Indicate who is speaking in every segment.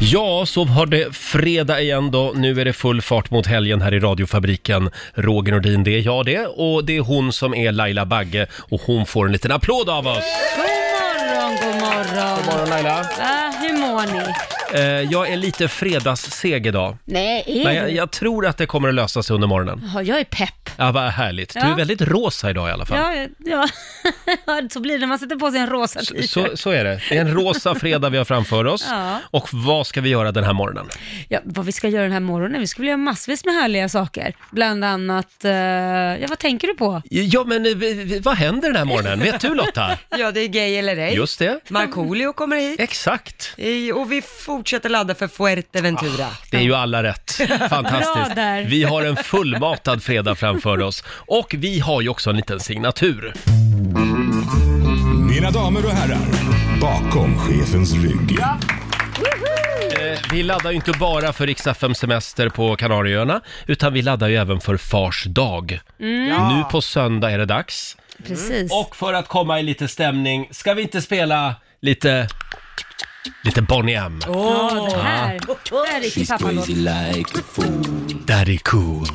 Speaker 1: Ja, så var det fredag igen då. Nu är det full fart mot helgen här i radiofabriken. Roger Nordin, det är jag det. Och det är hon som är Laila Bagge. Och hon får en liten applåd av oss.
Speaker 2: God morgon, god morgon. God morgon
Speaker 1: Laila.
Speaker 2: Va, hur mår ni?
Speaker 1: Eh, jag är lite fredagsseg idag.
Speaker 2: Nej, är
Speaker 1: Men
Speaker 2: du?
Speaker 1: jag, jag tror att det kommer att lösa sig under morgonen.
Speaker 2: Ja, jag är pepp.
Speaker 1: Ja, vad härligt. Du är
Speaker 2: Ja.
Speaker 1: väldigt rosa idag i alla fall.
Speaker 2: Ja, ja. Ja, så blir det när man sätter på sig en rosa t-shirt.
Speaker 1: Så, så är det. Det är en rosa fredag vi har framför oss.
Speaker 2: Ja.
Speaker 1: Och vad ska vi göra den här morgonen?
Speaker 2: Ja, vad vi ska göra den här morgonen? Vi ska väl göra massvis med härliga saker. Bland annat, eh, ja vad tänker du på?
Speaker 1: Ja, men eh, vi- vi- vad händer den här morgonen? Vet du Lotta?
Speaker 3: Ja, det är gay eller ej.
Speaker 1: Just det.
Speaker 3: Markoolio kommer hit
Speaker 1: Exakt. Ah.
Speaker 3: I- och vi fortsätter ladda för Fuerteventura.
Speaker 1: Det är ju alla rätt. Fantastiskt.
Speaker 2: Bra där.
Speaker 1: Vi har en fullmatad fredag framför oss. Och vi har ju också en liten signatur.
Speaker 4: Mina damer och herrar, bakom chefens rygg.
Speaker 1: Eh, Vi laddar ju inte bara för riks semester på Kanarieöarna, utan vi laddar ju även för Fars dag.
Speaker 2: Mm.
Speaker 1: Nu på söndag är det dags.
Speaker 2: Precis.
Speaker 1: Mm. Och för att komma i lite stämning, ska vi inte spela lite... Lite Bonnie M.
Speaker 2: Ja, det här. Det här är riktigt pappalåt.
Speaker 1: Daddy cool.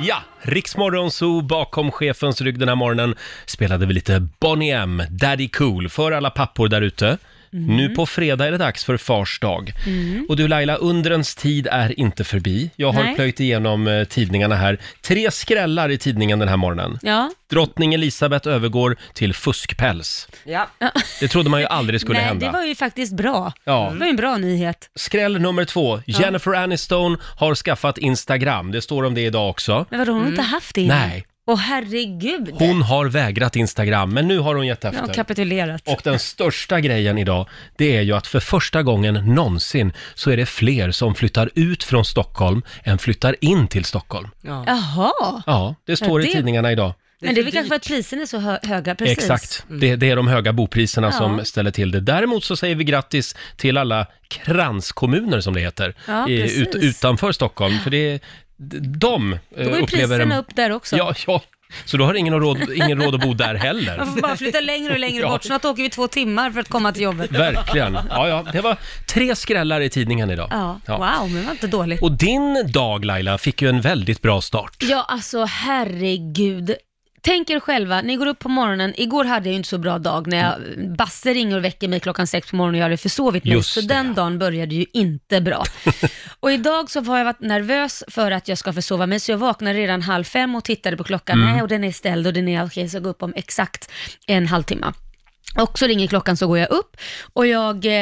Speaker 1: Ja, Riksmorgonzoo bakom chefens rygg den här morgonen spelade vi lite Bonnie M, Daddy Cool, för alla pappor där ute.
Speaker 2: Mhm.
Speaker 1: Nu på fredag är det dags för Fars dag.
Speaker 2: Mm.
Speaker 1: Och du Laila, undrens tid är inte förbi. Jag har
Speaker 2: Nej.
Speaker 1: plöjt igenom eh, tidningarna här. Tre skrällar i tidningen den här morgonen.
Speaker 2: Ja.
Speaker 1: Drottning Elisabeth övergår till fuskpäls.
Speaker 3: Ja.
Speaker 1: Det trodde man ju aldrig skulle
Speaker 2: Nej,
Speaker 1: hända.
Speaker 2: det var ju faktiskt bra.
Speaker 1: Ja.
Speaker 2: Det var ju en bra nyhet.
Speaker 1: Skräll nummer två. Jennifer Aniston har skaffat Instagram. Det står om det idag också.
Speaker 2: Men vadå, hon har inte haft det innan?
Speaker 1: Nej.
Speaker 2: Åh herregud.
Speaker 1: Hon har vägrat Instagram, men nu har hon gett
Speaker 2: Jag har
Speaker 1: efter.
Speaker 2: kapitulerat.
Speaker 1: Och den största grejen idag, det är ju att för första gången någonsin så är det fler som flyttar ut från Stockholm än flyttar in till Stockholm.
Speaker 3: Ja.
Speaker 2: Jaha.
Speaker 1: Ja, det står
Speaker 2: Ja,
Speaker 1: i
Speaker 2: det-
Speaker 1: tidningarna idag.
Speaker 2: Men det
Speaker 3: för
Speaker 2: är väl kanske för att priserna är så hö- höga, precis. Mm.
Speaker 1: Exakt. Det, det är de höga bopriserna
Speaker 2: Ja.
Speaker 1: som ställer till det. Däremot så säger vi grattis till alla kranskommuner som det heter,
Speaker 2: Ja,
Speaker 1: i-
Speaker 2: precis.
Speaker 1: ut, utanför Stockholm. För det är, d- de eh,
Speaker 2: Då går ju
Speaker 1: upplever...
Speaker 2: priserna
Speaker 1: en-
Speaker 2: upp där också.
Speaker 1: Ja, ja. Så då har ingen råd, ingen råd att bo där heller.
Speaker 2: Man får bara flytta längre och längre
Speaker 1: Ja.
Speaker 2: bort, snart åker vi två timmar för att komma till jobbet.
Speaker 1: Verkligen. Ja, ja. Det var tre skrällar i tidningen idag.
Speaker 2: Ja,
Speaker 1: Ja.
Speaker 2: wow, men det var inte dåligt.
Speaker 1: Och din dag Laila fick ju en väldigt bra start.
Speaker 2: Ja, alltså herregud. Tänk er själva, ni går upp på morgonen, igår hade jag ju inte så bra dag när jag, Basse ringer och väcker mig klockan sex på morgonen och jag hade försovit mig,
Speaker 1: Mm. Just
Speaker 2: så
Speaker 1: det.
Speaker 2: den dagen började ju inte bra. och idag så har jag varit nervös för att jag ska försova mig, så jag vaknade redan halv fem och tittade på klockan,
Speaker 1: Mm.
Speaker 2: nej och den är ställd och den är, okej så jag ska gå upp om exakt en halvtimme. Och så ringer klockan så går jag upp och jag, eh,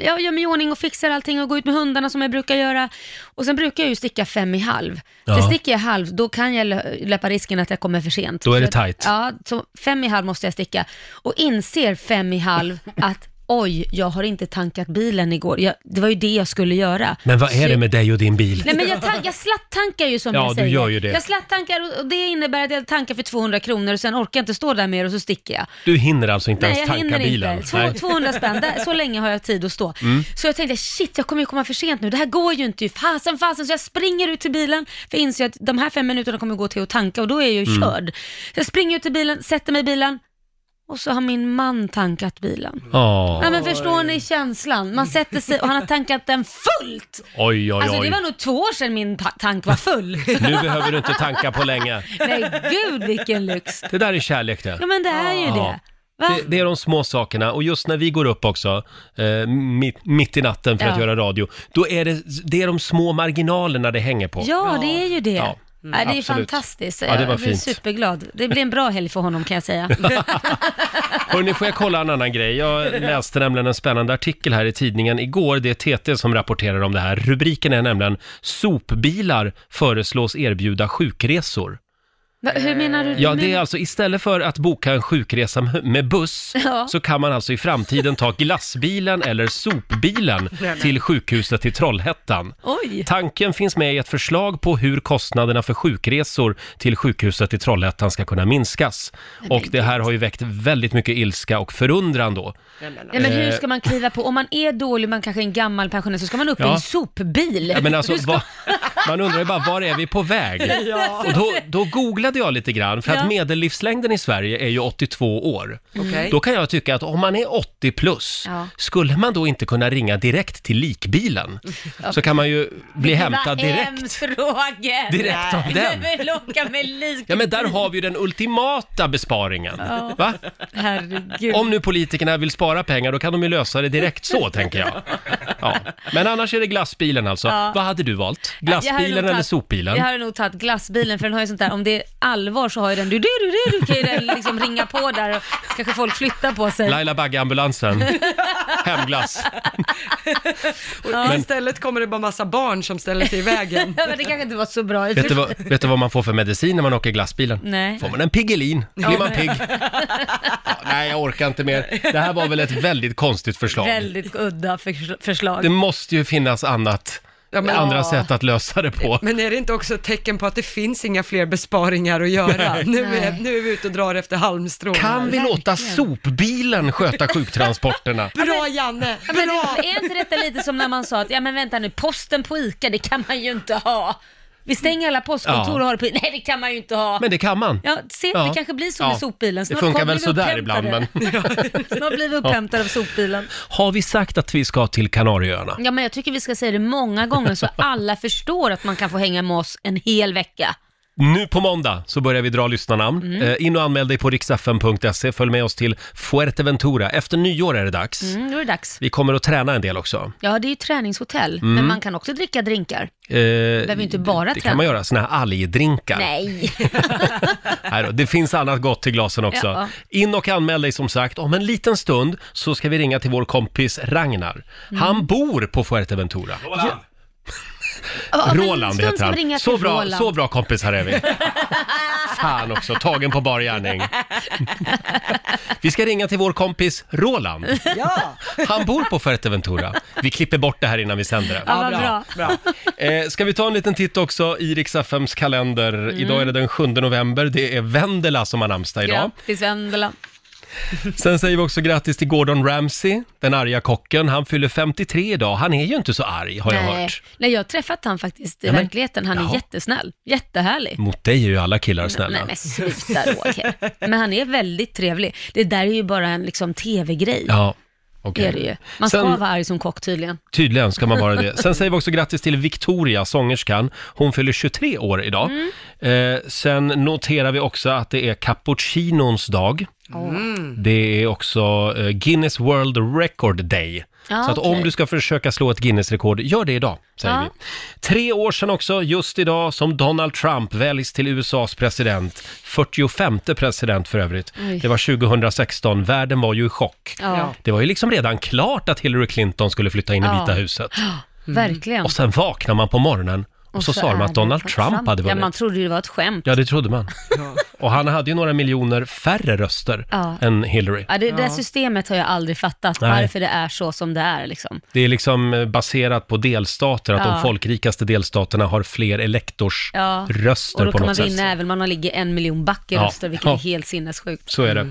Speaker 2: jag gör mig i ordning och fixar allting och går ut med hundarna som jag brukar göra. Och sen brukar jag ju sticka fem i halv.
Speaker 1: Ja.
Speaker 2: För sticker jag halv, då kan jag lö- löpa risken att jag kommer för sent.
Speaker 1: Då är det
Speaker 2: Så jag-
Speaker 1: tajt.
Speaker 2: Ja, så fem i halv måste jag sticka. Och inser fem i halv att oj, jag har inte tankat bilen igår. Jag, det var ju det jag skulle göra.
Speaker 1: Men vad är
Speaker 2: Så-
Speaker 1: det med dig och din bil?
Speaker 2: Nej men jag, tan- jag slattankar ju som
Speaker 1: Ja, du
Speaker 2: jag säger.
Speaker 1: gör ju det.
Speaker 2: Jag slattankar och- och det innebär att jag tankar för 200 kronor och sen orkar jag inte stå där mer och så sticker jag.
Speaker 1: Du hinner alltså inte
Speaker 2: Nej,
Speaker 1: ens
Speaker 2: jag
Speaker 1: tanka
Speaker 2: hinner
Speaker 1: bilen?
Speaker 2: inte. Två,
Speaker 1: Nej. Mm.
Speaker 2: 200 spänn, där, så länge har jag tid att stå. Så jag tänkte, shit, jag kommer ju komma för sent nu. Det här går ju inte. ju. Fasen, fasen. Så jag springer ut till bilen, för jag inser att de här fem minuterna kommer gå till att tanka och då är jag ju
Speaker 1: Mm.
Speaker 2: körd. Så jag springer ut till bilen, sätter mig i bilen och så har min man tankat bilen.
Speaker 1: Ja.
Speaker 2: Ja, men förstår ni känslan? Man sätter sig och han har tankat den fullt.
Speaker 1: Oj, oj,
Speaker 2: Alltså det
Speaker 1: oj.
Speaker 2: var nog två år sedan min ta- tank var full.
Speaker 1: Nu behöver du inte tanka på länge.
Speaker 2: Nej, gud vilken lyx.
Speaker 1: Det där är kärlek det.
Speaker 2: Ja, men det är ju
Speaker 1: Ja.
Speaker 2: det. Va?
Speaker 1: Det, det är de små sakerna och just när vi går upp också, eh, mitt, mitt i natten för att
Speaker 2: Ja.
Speaker 1: göra radio, då är det, det är de små marginalerna det hänger på.
Speaker 2: Ja, det är ju det.
Speaker 1: Ja.
Speaker 2: Ja. det är
Speaker 1: Absolut.
Speaker 2: fantastiskt.
Speaker 1: Ja, det var
Speaker 2: jag blir
Speaker 1: fint.
Speaker 2: superglad. Det blir en bra helg för honom kan jag säga.
Speaker 1: Hörni, får jag kolla en annan grej? Jag läste nämligen en spännande artikel här i tidningen igår. Det är TT som rapporterar om det här. Rubriken är nämligen “Sopbilar föreslås erbjuda sjukresor”.
Speaker 2: Va, hur menar du?
Speaker 1: Ja,
Speaker 2: nu?
Speaker 1: det är alltså istället för att boka en sjukresa med buss
Speaker 2: Ja.
Speaker 1: så kan man alltså i framtiden ta glassbilen eller sopbilen till sjukhuset i Trollhättan.
Speaker 2: Oj!
Speaker 1: Tanken finns med i ett förslag på hur kostnaderna för sjukresor till sjukhuset i Trollhättan ska kunna minskas. Och det här har ju väckt väldigt mycket ilska och förundran då.
Speaker 2: Ja, men
Speaker 1: Eh.
Speaker 2: hur ska man kliva på? Om man är dålig, man kanske är en gammal pensionär, så ska man upp i
Speaker 1: Ja.
Speaker 2: en sopbil.
Speaker 1: Ja, men alltså,
Speaker 2: Hur ska-
Speaker 1: vad- man undrar ju bara, var är vi på väg? Och då, då googlade jag lite grann, för att
Speaker 2: Ja.
Speaker 1: medellivslängden i Sverige är ju 82 år.
Speaker 3: Okej.
Speaker 1: Då kan jag tycka att om man är 80 plus,
Speaker 2: Ja.
Speaker 1: skulle man då inte kunna ringa direkt till likbilen? Så kan man ju bli hämtad direkt.
Speaker 2: Frågor.
Speaker 1: Direkt av den.
Speaker 2: Nej, men locka med lik.
Speaker 1: Ja, men där har vi ju den ultimata besparingen.
Speaker 2: Ja.
Speaker 1: Va?
Speaker 2: Herregud.
Speaker 1: Om nu politikerna vill spara pengar, då kan de ju lösa det direkt så, tänker jag. Ja. Men annars är det glassbilen alltså. Vad hade du valt?
Speaker 2: Jag hade nog
Speaker 1: Glassbilen eller
Speaker 2: tagit-
Speaker 1: sopbilen?
Speaker 2: Jag hade nog tagit glassbilen för den har ju sånt där, om det är allvar så har ju den du du du du, du kan ju den liksom ringa på där och kanske folk flyttar på sig.
Speaker 1: Laila Bagge-ambulansen. Hemglass.
Speaker 3: Och Istället kommer det bara massa barn som ställer sig i vägen.
Speaker 2: Ja, men det kanske inte var så bra.
Speaker 1: Vet du, vad, vet du vad man får för medicin när man åker glassbilen?
Speaker 2: Nej.
Speaker 1: Får man en Piggelin, blir man pigg. Ja, nej, jag orkar inte mer. Det här var väl ett väldigt konstigt förslag.
Speaker 2: Väldigt udda förs- förslag.
Speaker 1: Det måste ju finnas annat,
Speaker 3: Ja, men-
Speaker 1: andra
Speaker 2: Ja.
Speaker 1: sätt att lösa det på.
Speaker 3: Men är det inte också ett tecken på att det finns inga fler besparingar att göra? Nu är,
Speaker 2: Nej.
Speaker 3: nu är vi ute och drar efter halmstrån.
Speaker 1: Kan vi låta
Speaker 2: Verkligen.
Speaker 1: sopbilen sköta sjuktransporterna?
Speaker 3: Bra Janne!
Speaker 2: Ja, Men
Speaker 3: Bra!
Speaker 2: är inte detta lite som när man sa att, ja men vänta nu, posten på ICA, det kan man ju inte ha. Vi stänger alla postkontor
Speaker 1: Ja.
Speaker 2: och har det på Nej, det kan man ju inte ha.
Speaker 1: Men det kan man.
Speaker 2: Ja, se, det kanske blir så
Speaker 1: Ja.
Speaker 2: med sopbilen.
Speaker 1: Det
Speaker 2: Snart
Speaker 1: funkar
Speaker 2: kommer
Speaker 1: väl
Speaker 2: vi
Speaker 1: sådär
Speaker 2: upphämtade.
Speaker 1: ibland, men
Speaker 2: Snart blir vi upphämtade av sopbilen.
Speaker 1: har vi sagt att vi ska till Kanarieöarna?
Speaker 2: Ja, men jag tycker vi ska säga det många gånger så alla förstår att man kan få hänga med oss en hel vecka.
Speaker 1: Nu på måndag så börjar vi dra lyssnarnamn.
Speaker 2: Mm.
Speaker 1: Eh, In och anmäl dig på riksfn.se. Följ med oss till Fuerteventura. Efter nyår är det dags.
Speaker 2: Mm, då är det dags.
Speaker 1: Vi kommer att träna en del också.
Speaker 2: Ja, det är ju träningshotell,
Speaker 1: Mm.
Speaker 2: men man kan också dricka drinkar.
Speaker 1: Behöver
Speaker 2: Behöver ju inte bara
Speaker 1: Eh, Det
Speaker 2: träna.
Speaker 1: kan man göra, såna här algdrinkar.
Speaker 2: Nej,
Speaker 1: Nej då, det finns annat gott i glasen också.
Speaker 2: Ja.
Speaker 1: In och anmäl dig som sagt. Om en liten stund så ska vi ringa till vår kompis Ragnar.
Speaker 2: Mm.
Speaker 1: Han bor på Fuerteventura.
Speaker 2: Ja, men en
Speaker 1: Roland
Speaker 2: stund
Speaker 1: heter
Speaker 2: ska vi ringa
Speaker 1: han. Så
Speaker 2: till
Speaker 1: bra,
Speaker 2: Roland.
Speaker 1: så bra kompisar är vi. Fan också, tagen på bar gärning. Vi ska ringa till vår kompis Roland.
Speaker 3: Ja,
Speaker 1: Han bor på Fuerteventura. Vi klipper bort det här innan vi sänder det.
Speaker 2: Ja, vad bra.
Speaker 3: bra.
Speaker 1: Eh, ska vi ta en liten titt också i Riks-FMs kalender?
Speaker 2: Mm.
Speaker 1: Idag är det den 7 november. Det är Vendela som har namnsdag idag.
Speaker 2: Grattis Vendela.
Speaker 1: Sen säger vi också grattis till Gordon Ramsay, den arga kocken. Han fyller 53 idag. Han är ju inte så arg, har jag
Speaker 2: Nej.
Speaker 1: hört.
Speaker 2: Nej, jag har träffat han faktiskt i
Speaker 1: Ja, men-
Speaker 2: verkligheten. Han är
Speaker 1: Jaha.
Speaker 2: jättesnäll, jättehärlig.
Speaker 1: Mot dig är ju alla killar snälla.
Speaker 2: Nej men sluta Roger. Men han är väldigt trevlig. Det där är ju bara en liksom tv-grej.
Speaker 1: Ja, okej.
Speaker 2: Är det ju. Man ska
Speaker 1: Sen-
Speaker 2: vara arg som kock tydligen.
Speaker 1: Tydligen ska man vara det. Sen säger vi också grattis till Victoria, sångerskan. Hon fyller 23 år idag.
Speaker 2: Mm.
Speaker 1: Eh, sen noterar vi också att det är cappuccinons dag.
Speaker 2: Mm.
Speaker 5: Mm.
Speaker 1: Det är också eh, Guinness World Record Day.
Speaker 2: Ja,
Speaker 1: så att om
Speaker 2: Ah, okej. Ah.
Speaker 1: du ska försöka slå ett Guinness-rekord, gör det idag, säger
Speaker 2: Ja.
Speaker 1: vi. Tre år sedan också, just idag, som Donald Trump väljs till USAs president. 45 president för övrigt.
Speaker 2: Oj.
Speaker 1: Det var 2016, världen var ju i chock.
Speaker 2: Ja,
Speaker 3: Ja.
Speaker 1: Det var ju liksom redan klart att Hillary Clinton skulle flytta in i
Speaker 2: Ja.
Speaker 1: Vita huset.
Speaker 2: verkligen.
Speaker 1: Och sen vaknar man på morgonen och, så, sa de
Speaker 2: är
Speaker 1: att Donald
Speaker 2: det
Speaker 1: Trump, hade
Speaker 2: Ja, man
Speaker 1: vunnit.
Speaker 2: trodde ju det var ett skämt.
Speaker 1: Ja, det trodde man. Och han hade ju några miljoner färre röster
Speaker 2: Ja.
Speaker 1: än Hillary.
Speaker 2: Ja, det, det där systemet har jag aldrig fattat,
Speaker 1: Nej.
Speaker 2: varför det är så som det är. Liksom.
Speaker 1: Det är liksom eh, baserat på delstater, att de
Speaker 2: Ja.
Speaker 1: folkrikaste delstaterna har fler
Speaker 2: Ja.
Speaker 1: elektorsröster
Speaker 2: Och då
Speaker 1: på
Speaker 2: kan man
Speaker 1: något
Speaker 2: vinna
Speaker 1: sätt.
Speaker 2: även om man ligger en miljon back i
Speaker 1: Ja.
Speaker 2: röster, vilket
Speaker 1: Ja.
Speaker 2: är helt sinnessjukt.
Speaker 1: Så är det.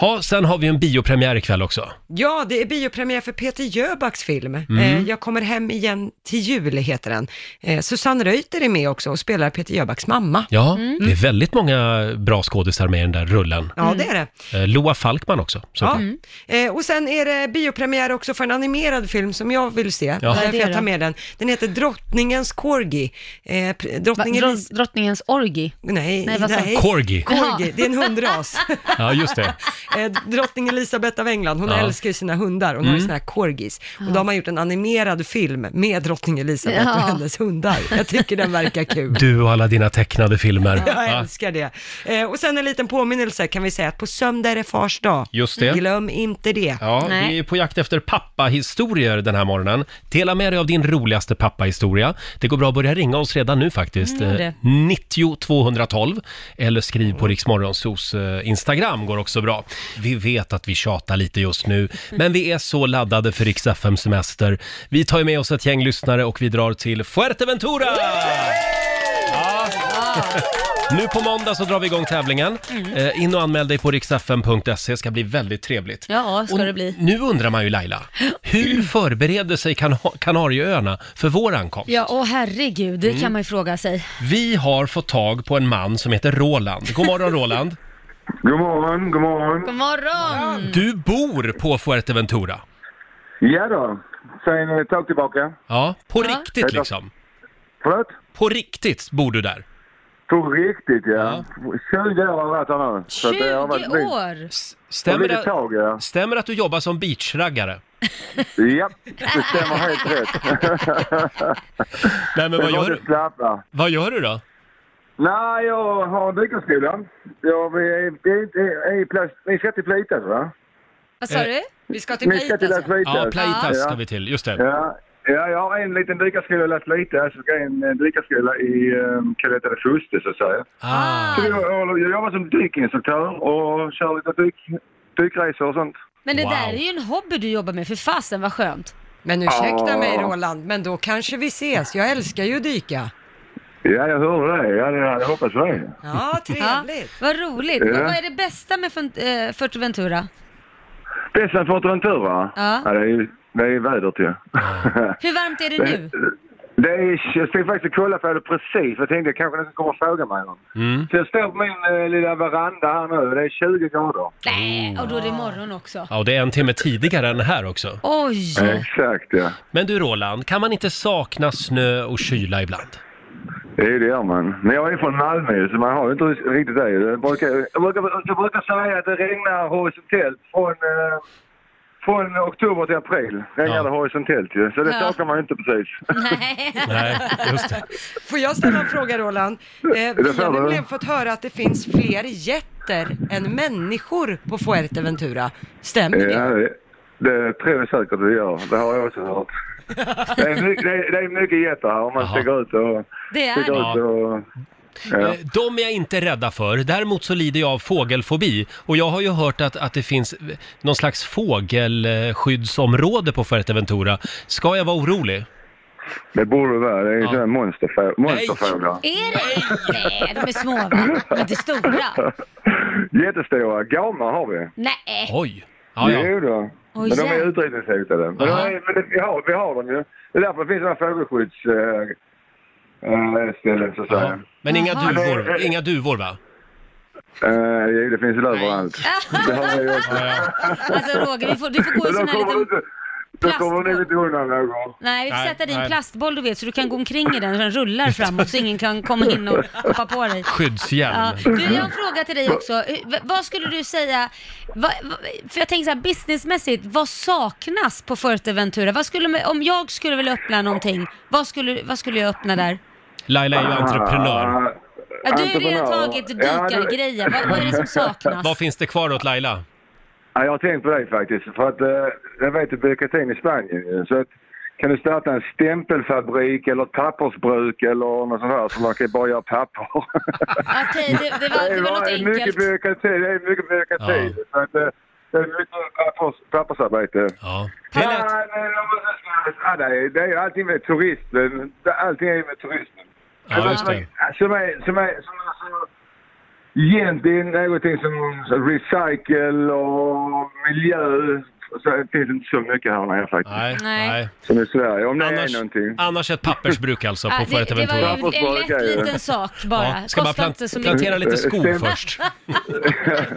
Speaker 1: Ja, sen har vi en biopremiär ikväll också.
Speaker 3: Ja, det är biopremiär för Peter Jöbacks film.
Speaker 1: Mm.
Speaker 3: Eh, jag kommer hem igen till jul, heter den. Eh, Susanne Reuter är med också och spelar Peter Jöbacks mamma. Mm.
Speaker 1: Ja,
Speaker 2: Mm.
Speaker 1: det är väldigt många bra skådisar med i den där rullen.
Speaker 3: Ja, det är det.
Speaker 1: Eh, Loa Falkman också,
Speaker 3: Ja.
Speaker 1: såklart.
Speaker 2: Mm.
Speaker 3: Eh, och sen är det biopremiär också för en animerad film som jag vill se.
Speaker 1: Ja.
Speaker 3: Ja.
Speaker 2: Vad är det
Speaker 3: jag tar
Speaker 2: då?
Speaker 3: med den. Den heter Drottningens Corgi. Eh, pr-
Speaker 2: Va,
Speaker 3: drottningen Lis-
Speaker 2: dro- drottningens orgi.
Speaker 3: Nej,
Speaker 2: Nej, vad sa-
Speaker 1: Corgi.
Speaker 3: Corgi, det är en hundras.
Speaker 1: Ja, just det.
Speaker 3: Eh, Drottning Elisabeth av England, hon
Speaker 1: Ja. Mm.
Speaker 3: älskar ju sina hundar, hon har ju såna här corgis. Och då har man gjort en animerad film med drottning Elisabeth och
Speaker 2: Ja.
Speaker 3: hennes hundar. Jag tycker den verkar kul.
Speaker 1: Du och alla dina tecknade filmer.
Speaker 3: Jag
Speaker 1: Va?
Speaker 3: älskar det. Eh, Eh, och sen en liten påminnelse kan vi säga att på söndag är det fars dag.
Speaker 1: Just det.
Speaker 3: Glöm inte det.
Speaker 1: Ja,
Speaker 2: Nej.
Speaker 1: vi är på jakt efter pappahistorier den här morgonen. Dela med dig av din roligaste pappahistoria. Det går bra att börja ringa oss redan nu faktiskt.
Speaker 2: Mm, det.
Speaker 1: Eh, 90 212 eller skriv på Riksmorgonsos eh, Instagram går också bra. Vi vet att vi tjatar lite just nu, men vi är så laddade för Rix FM semester. Vi tar ju med oss ett gäng lyssnare och vi drar till Fuerteventura! Nu på måndag så drar vi igång tävlingen.
Speaker 2: Mm.
Speaker 1: Eh, In och anmäl dig på riksfm.se, ska bli väldigt trevligt.
Speaker 2: Ja, ska
Speaker 1: Och
Speaker 2: det bli. Mm.
Speaker 1: Nu undrar man ju Laila, hur förbereder sig kan Kanarieöarna för vår ankomst?
Speaker 2: Ja, åh herregud, det
Speaker 1: Mm.
Speaker 2: kan man ju fråga sig.
Speaker 1: Vi har fått tag på en man som heter Roland. God morgon Roland!
Speaker 6: God morgon, god morgon.
Speaker 2: God morgon!
Speaker 1: Du bor på Fuerteventura.
Speaker 6: Ja då, sen ett tag tillbaka.
Speaker 1: Ja, på
Speaker 2: Ja.
Speaker 1: riktigt liksom.
Speaker 6: Förlåt?
Speaker 1: På riktigt bor du där.
Speaker 6: På riktigt ja. 20 år har eh, jag varit här nu.
Speaker 2: 20
Speaker 6: det har varit mitt-
Speaker 2: år!
Speaker 1: S-
Speaker 6: Det har
Speaker 1: Stämmer
Speaker 6: blivit ett
Speaker 1: det,
Speaker 6: tag ja.
Speaker 1: stämmer det att du jobbar som beachraggare?
Speaker 6: Ja, det stämmer helt rätt.
Speaker 1: Nej men vad
Speaker 6: Jag
Speaker 1: gör
Speaker 6: var
Speaker 1: du?
Speaker 6: inte slappna.
Speaker 1: Vad gör du då?
Speaker 6: Nej, jag har dykarskolan. Jag är, det är, inte- är, är plats, ni ska till Plitas va?
Speaker 2: Vad sa
Speaker 1: Eh,
Speaker 2: du?
Speaker 3: Vi ska till
Speaker 6: Ni ska till
Speaker 3: Plejtas.
Speaker 6: Las
Speaker 3: ja.
Speaker 6: Plitas.
Speaker 1: Ja, Plaitas ska
Speaker 6: Ja.
Speaker 1: vi till, just det.
Speaker 6: Ja. Ja, jag har en liten dykarskola i Las Plitas och en eh, dykarskola i, um, kan heta det, Fuste så att säga.
Speaker 1: Ah.
Speaker 6: Jag, jag, jag jobbar som dykinstruktör och kör lite dyk, dykresor och sånt.
Speaker 2: Men det
Speaker 1: Wow.
Speaker 2: där är ju en hobby du jobbar med, för fasen vad skönt.
Speaker 3: Men ursäkta
Speaker 6: Ja.
Speaker 3: mig Roland, men då kanske vi ses. Jag älskar ju att dyka.
Speaker 6: Ja, jag hörde det. Ja, det jag hoppas det.
Speaker 3: Ja, trevligt.
Speaker 2: Vad roligt.
Speaker 6: Ja.
Speaker 2: Vad- Vad är det bästa med Fun- eh, Fuerteventura?
Speaker 6: Bästa Fortaventura?
Speaker 2: Ja.
Speaker 6: ja det, är, ju- det är vädret ju.
Speaker 2: Hur varmt är det nu?
Speaker 6: Det är, jag stod faktiskt och kollade på det precis. Jag tänkte kanske någon kommer och fråga mig. någon.
Speaker 1: Mm.
Speaker 6: Så jag står på min eh, lilla veranda här nu. Det är 20 grader.
Speaker 2: Nej, Eh, och då är det morgon också.
Speaker 1: Ja, och det är en timme tidigare än här också.
Speaker 2: Oj!
Speaker 6: Exakt ja.
Speaker 1: Men du Roland, kan man inte sakna snö och kyla ibland?
Speaker 6: Jo, det gör man. Men jag är från Malmö så man har ju inte riktigt det. Jag brukar, jag brukar, jag brukar säga att det regnar horisontellt från, eh, från oktober till april. Regnar
Speaker 1: Ja.
Speaker 6: det horisontellt ju. Så det
Speaker 2: Ja.
Speaker 6: saknar man ju inte precis.
Speaker 2: Nej.
Speaker 1: Nej, just det.
Speaker 3: Får jag ställa en fråga Roland? Eh,
Speaker 6: det
Speaker 3: vi
Speaker 6: får
Speaker 3: har
Speaker 6: du.
Speaker 3: nämligen fått höra att det finns fler jätter än människor på Fuerteventura. Stämmer
Speaker 6: Ja,
Speaker 3: det?
Speaker 6: det, det tror jag säkert det gör. Det har jag också hört. Det är mycket, det är, det är mycket getter här om man
Speaker 1: Jaha.
Speaker 6: ska gå ut och...
Speaker 2: Det är
Speaker 6: Ska
Speaker 2: det.
Speaker 6: gå ut och ja.
Speaker 1: Eh, De är jag inte rädda för. Däremot så lider jag av fågelfobi. Och jag har ju hört att, att det finns eh, någon slags fågelskyddsområde på Fuerteventura. Ska jag vara orolig?
Speaker 6: Det borde det vara. Det är ju sådana monsterfå- monsterfåglar.
Speaker 2: Är det? Nej, de är små va? De är inte stora.
Speaker 6: Jättestora. Gamar har vi.
Speaker 2: Nej.
Speaker 1: Oj! Ja, ja.
Speaker 6: Jo då.
Speaker 2: Oj,
Speaker 6: men de är
Speaker 2: jävlar.
Speaker 6: utrotningshotade. Men, de
Speaker 1: Aha.
Speaker 6: är- men det, vi, har, vi har dem ju. Det är därför det finns sådana fågelskyddsställen, äh, ställen, så att
Speaker 1: ja.
Speaker 6: säga.
Speaker 1: Men inga
Speaker 2: Jaha.
Speaker 1: duvor, inga duvor va?
Speaker 6: Eh, jo, det finns ju överallt. Det har vi också.
Speaker 2: Alltså Roger, vi får, du får gå i
Speaker 6: Men då
Speaker 2: sån här
Speaker 6: kommer du
Speaker 2: liten...
Speaker 6: inte- då kommer du nog inte undan någon.
Speaker 2: Nej, vi får
Speaker 1: Nej,
Speaker 2: sätta dig i en
Speaker 1: nej.
Speaker 2: plastboll du vet, så du kan gå omkring i den så den rullar framåt så ingen kan komma in och hoppa på dig. Ja.
Speaker 1: Skyddshjälm.
Speaker 2: Du, jag har en fråga till dig också. Eh, v- Vad skulle du säga, vad, vad- för jag tänker så här businessmässigt, vad saknas på Fuerteventura? Vad skulle, om jag skulle vilja öppna någonting, vad skulle, vad skulle jag öppna där?
Speaker 1: Laila är ju entreprenör.
Speaker 6: Ah,
Speaker 2: Ja, du har ju redan
Speaker 6: entreprenör.
Speaker 2: tagit
Speaker 6: Ja, det-
Speaker 2: dykargrejer, vad, vad är det som saknas?
Speaker 1: Vad finns det kvar åt Laila?
Speaker 6: Ja, jag har tänkt på det faktiskt. För att eh, jag vet ju byråkratin i Spanien ju. Så att, kan du starta en stämpelfabrik eller ett pappersbruk eller något sånt här som man kan bara göra papper.
Speaker 2: Okej, det, det, var, det var något
Speaker 6: är mycket
Speaker 2: enkelt.
Speaker 6: byråkrati. Det är mycket byråkrati.
Speaker 1: Ja.
Speaker 6: Så att, eh, det är mycket pappers, pappersarbete.
Speaker 1: Ja.
Speaker 6: Ja,
Speaker 1: Det är lätt.
Speaker 6: men om man ska- ja, det är- det är ju allting med turisten. Det- Allting är med turisten.
Speaker 1: Ja, just det.
Speaker 6: Som är, som är, som är, som är egentligen någonting som recycle och miljö. Så det finns inte så mycket här nere faktiskt.
Speaker 1: Nej,
Speaker 2: Nej.
Speaker 1: nej.
Speaker 6: Som i Sverige. Om det är
Speaker 1: Annars,
Speaker 6: någonting.
Speaker 1: annars ett pappersbruk alltså
Speaker 2: Ja,
Speaker 1: på
Speaker 2: Ah, det, det var ju
Speaker 1: Fuerteventura.
Speaker 2: en lätt liten sak bara.
Speaker 1: Ja, ska bara
Speaker 2: Kostar inte
Speaker 1: plant-
Speaker 2: så mycket.
Speaker 1: plantera lite skog
Speaker 6: Stämmer.
Speaker 1: först.